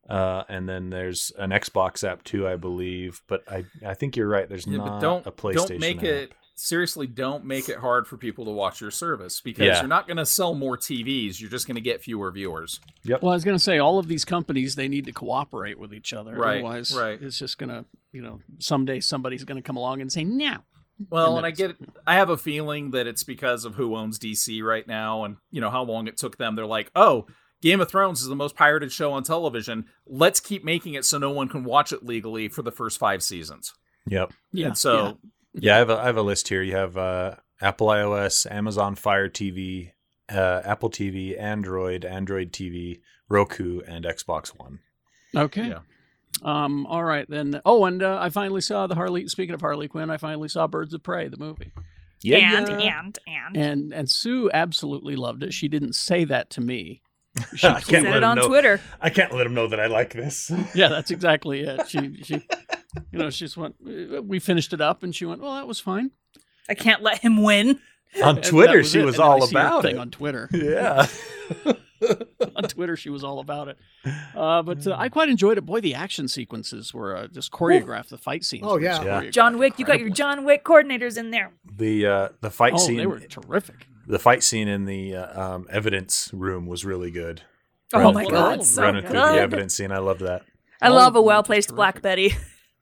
Uh, and then there's an Xbox app too, I believe. But I, I think you're right. There's
Yeah,
not
but don't
a PlayStation.
don't make
app.
it seriously. Don't make it hard for people to watch your service because
Yeah.
you're not going to sell more TVs. You're just going to get fewer viewers.
Well, I was going to say all of these companies they need to cooperate with each other.
Right,
Otherwise,
right.
it's just going to you know someday somebody's going to come along and say no.
Well, and I
that's-
get, I have a feeling that it's because of who owns DC right now, and you know how long it took them. They're like, oh, Game of Thrones is the most pirated show on television. Let's keep making it so no one can watch it legally for the first five seasons.
Yep.
Yeah.
and so
yeah.
Yeah, I have a, I have a list here. You have uh, Apple iOS, Amazon Fire TV, uh, Apple TV, Android, Android TV, Roku, and Xbox One.
Okay.
Yeah.
Um. All right then. Oh, and uh, I finally saw the Harley. Speaking of Harley Quinn, I finally saw Birds of Prey, the movie,
and, and and
and and Sue absolutely loved it. She didn't say that to me. She
I can't
said
let
it
him
on
know.
Twitter.
I can't let them know that I like this.
yeah, that's exactly it. She she, you know, she just went. We finished it up, and she went. Well, that was fine.
I can't let him win.
on
And
Twitter,
that
she
it.
was
And then I
all
see her
about
thing
it.
on Twitter.
yeah.
on Twitter, she was all about it. Uh, but
Mm.
uh, I quite enjoyed it. Boy, the action sequences were uh, just choreographed. The fight scenes.
Oh,
were
yeah.
just
Yeah.
choreographed
John Wick, you got your
incredibly.
John Wick coordinators in there.
The uh, the fight
Oh,
scene
they were terrific.
the fight scene in the uh, um, evidence room was really good.
Oh
Running
my
through-
God, so
running through the
good.
evidence scene, I love that.
I
All
love
of
a
them
well placed
were
Black Betty.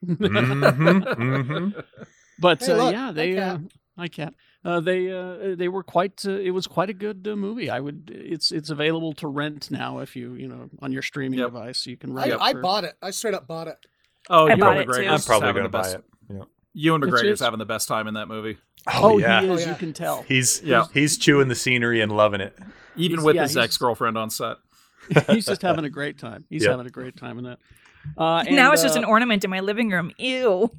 Mm-hmm.
Mm-hmm,
Mhm, mhm.
But
Hey,
uh,
look,
yeah,
hi,
they.
Kat.
Uh, I can't. Uh, they uh, they were quite. Uh, it was quite a good uh, movie. I would. It's it's available to rent now if you you know on your streaming
Yep.
device. You can rent.
I,
it
I
for-
bought it. I straight up bought it.
Oh,
I
you
bought
and
it, too.
McGregor's
I'm probably
having
gonna
the
buy
best.
it. Yeah.
You and
It's
McGregor's
just-
having the best time in that movie,
Oh,
yeah.
he is.
Oh,
You
yeah.
can tell.
He's
Yeah.
he's chewing the scenery and loving it.
even
He's-
with
yeah,
his
he's- Mm-hmm.
ex girlfriend on set.
he's just having a great time. He's
Yeah.
having a great time in that. Uh, and,
now it's just
uh,
an ornament in my living room. Ew.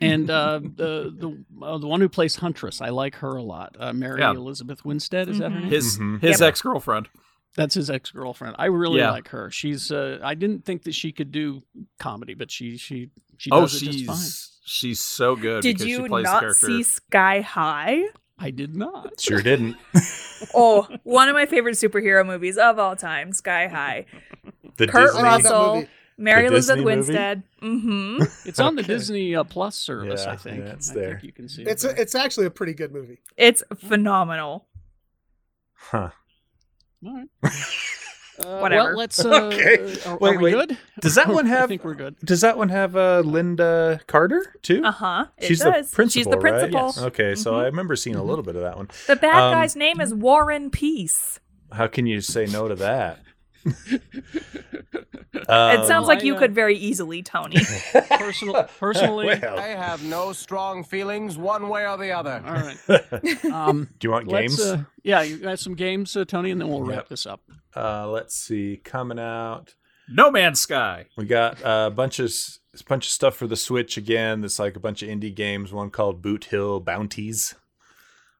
and uh, the the uh, the one who plays Huntress. I like her a lot. Uh, Mary
Yeah.
Elizabeth Winstead is that
Mm-hmm.
her name?
His
Mhm.
his
Yep.
ex girlfriend.
That's his ex girlfriend. I really
Yeah.
like her. She's. Uh, I didn't think that she could do comedy, but she she she
Oh,
does it just fine.
she's she's so good
Did
because
you
she plays the
not
character.
see Sky High?
I did not.
Sure didn't.
Oh, one of my favorite superhero movies of all time, Sky High.
The
Kurt
Disney
I love that
Russell,
movie.
Mary
The
Elizabeth
Disney movie?
Winstead. Mm-hmm.
It's on the
Okay.
Disney uh, Plus service,
Yeah,
I think.
yeah, it's
I
there.
think you can see it.
It's
there.
a, it's actually a pretty good movie.
It's phenomenal.
Huh.
All right. Uh,
Whatever.
Well, let's. Uh,
Okay.
Are, are
Wait,
we
wait.
good?
Does that one
I
have-
think we're good.
Does that one have uh, Linda Carter too?
Uh huh. It
She's
does.
the principal.
She's the
right?
principal.
Yes. Mm-hmm.
Okay, so
Mhm.
I remember seeing a little bit of that one.
The bad
Um,
guy's name is Warren Peace.
How can you say no to that? Um,
it
Oh
sounds like you
I, uh,
could very easily, Tony.
Personal, personally.
Well,
have no strong feelings one way or the other.
All right.
do
Um,
you want
let's,
games?
Uh, yeah, you got some games, uh, Tony, and then we'll wrap
Yep.
this up.
Uh, let's see. Coming out,
No Man's Sky.
we got uh, a bunch of s- bunch of stuff for the Switch again. That's like a bunch of indie games. One called Boot Hill Bounties.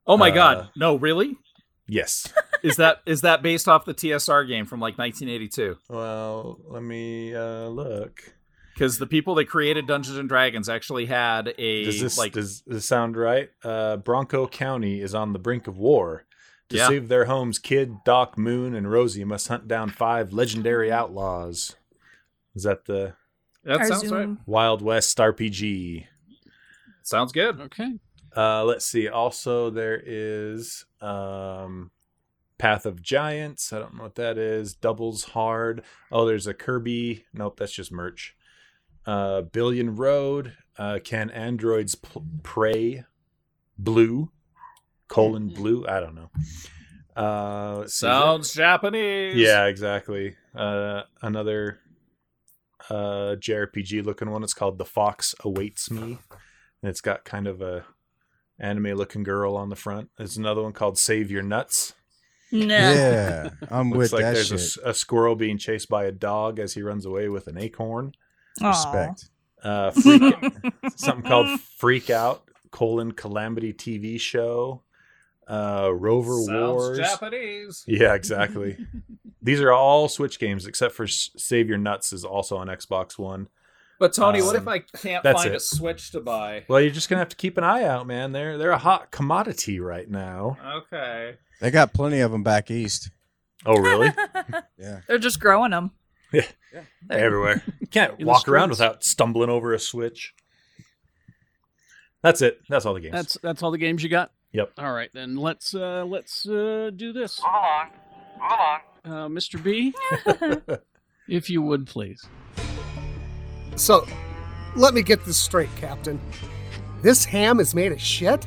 Oh my
Uh,
god. No, really?
Yes.
Is that is that based off the TSR game from like 1982?
well, let me uh, look.
Because the people that created Dungeons and Dragons actually had a
Does this
like
does this sound right? Uh, Bronco County is on the brink of war. To
Yeah.
save their homes, Kid, Doc, Moon, and Rosie must hunt down five legendary outlaws. Is that the
That Our sounds Zoom. right.
Wild West RPG.
Sounds good.
Okay.
Uh, let's see. Also, there is um, Path of Giants. I don't know what that is. Doubles Hard. Oh, there's a Kirby. Nope, that's just merch. Uh, Billion Road. Uh, can androids pl- pray? Blue. Colon blue. I don't know. Uh, let's see.
Sounds Japanese.
Yeah, exactly. Uh, another uh, JRPG looking one. It's called The Fox Awaits Me, and it's got kind of a anime looking girl on the front. There's another one called Save Your Nuts.
No.
Yeah, I'm
Looks
with
like
that
there's a s-
shit.
A, squirrel being chased by a dog as he runs away with an acorn.
Aw. Respect.
Uh, freak, something called Freak Out colon Calamity TV show. Uh, Rover Wars.
Japanese.
Yeah, exactly. These are all Switch games except for S- Save Your Nuts is also on Xbox One.
But Tony, what
Um,
if I can't
that's
find
it.
a Switch to buy?
Well, you're just gonna have to keep an eye out, man. They're they're a hot commodity right now.
Okay.
They got plenty of them back east.
Oh, really?
yeah.
They're just growing them.
yeah, everywhere. You can't
In the
walk around
streets.
without stumbling over a Switch. That's it. That's all the games.
That's that's all the games you got.
Yep.
All right, then let's uh let's uh do this.
on. Hold on.
Uh, Mr. B, if you would please.
So, let me get this straight, Captain. This ham is made of shit?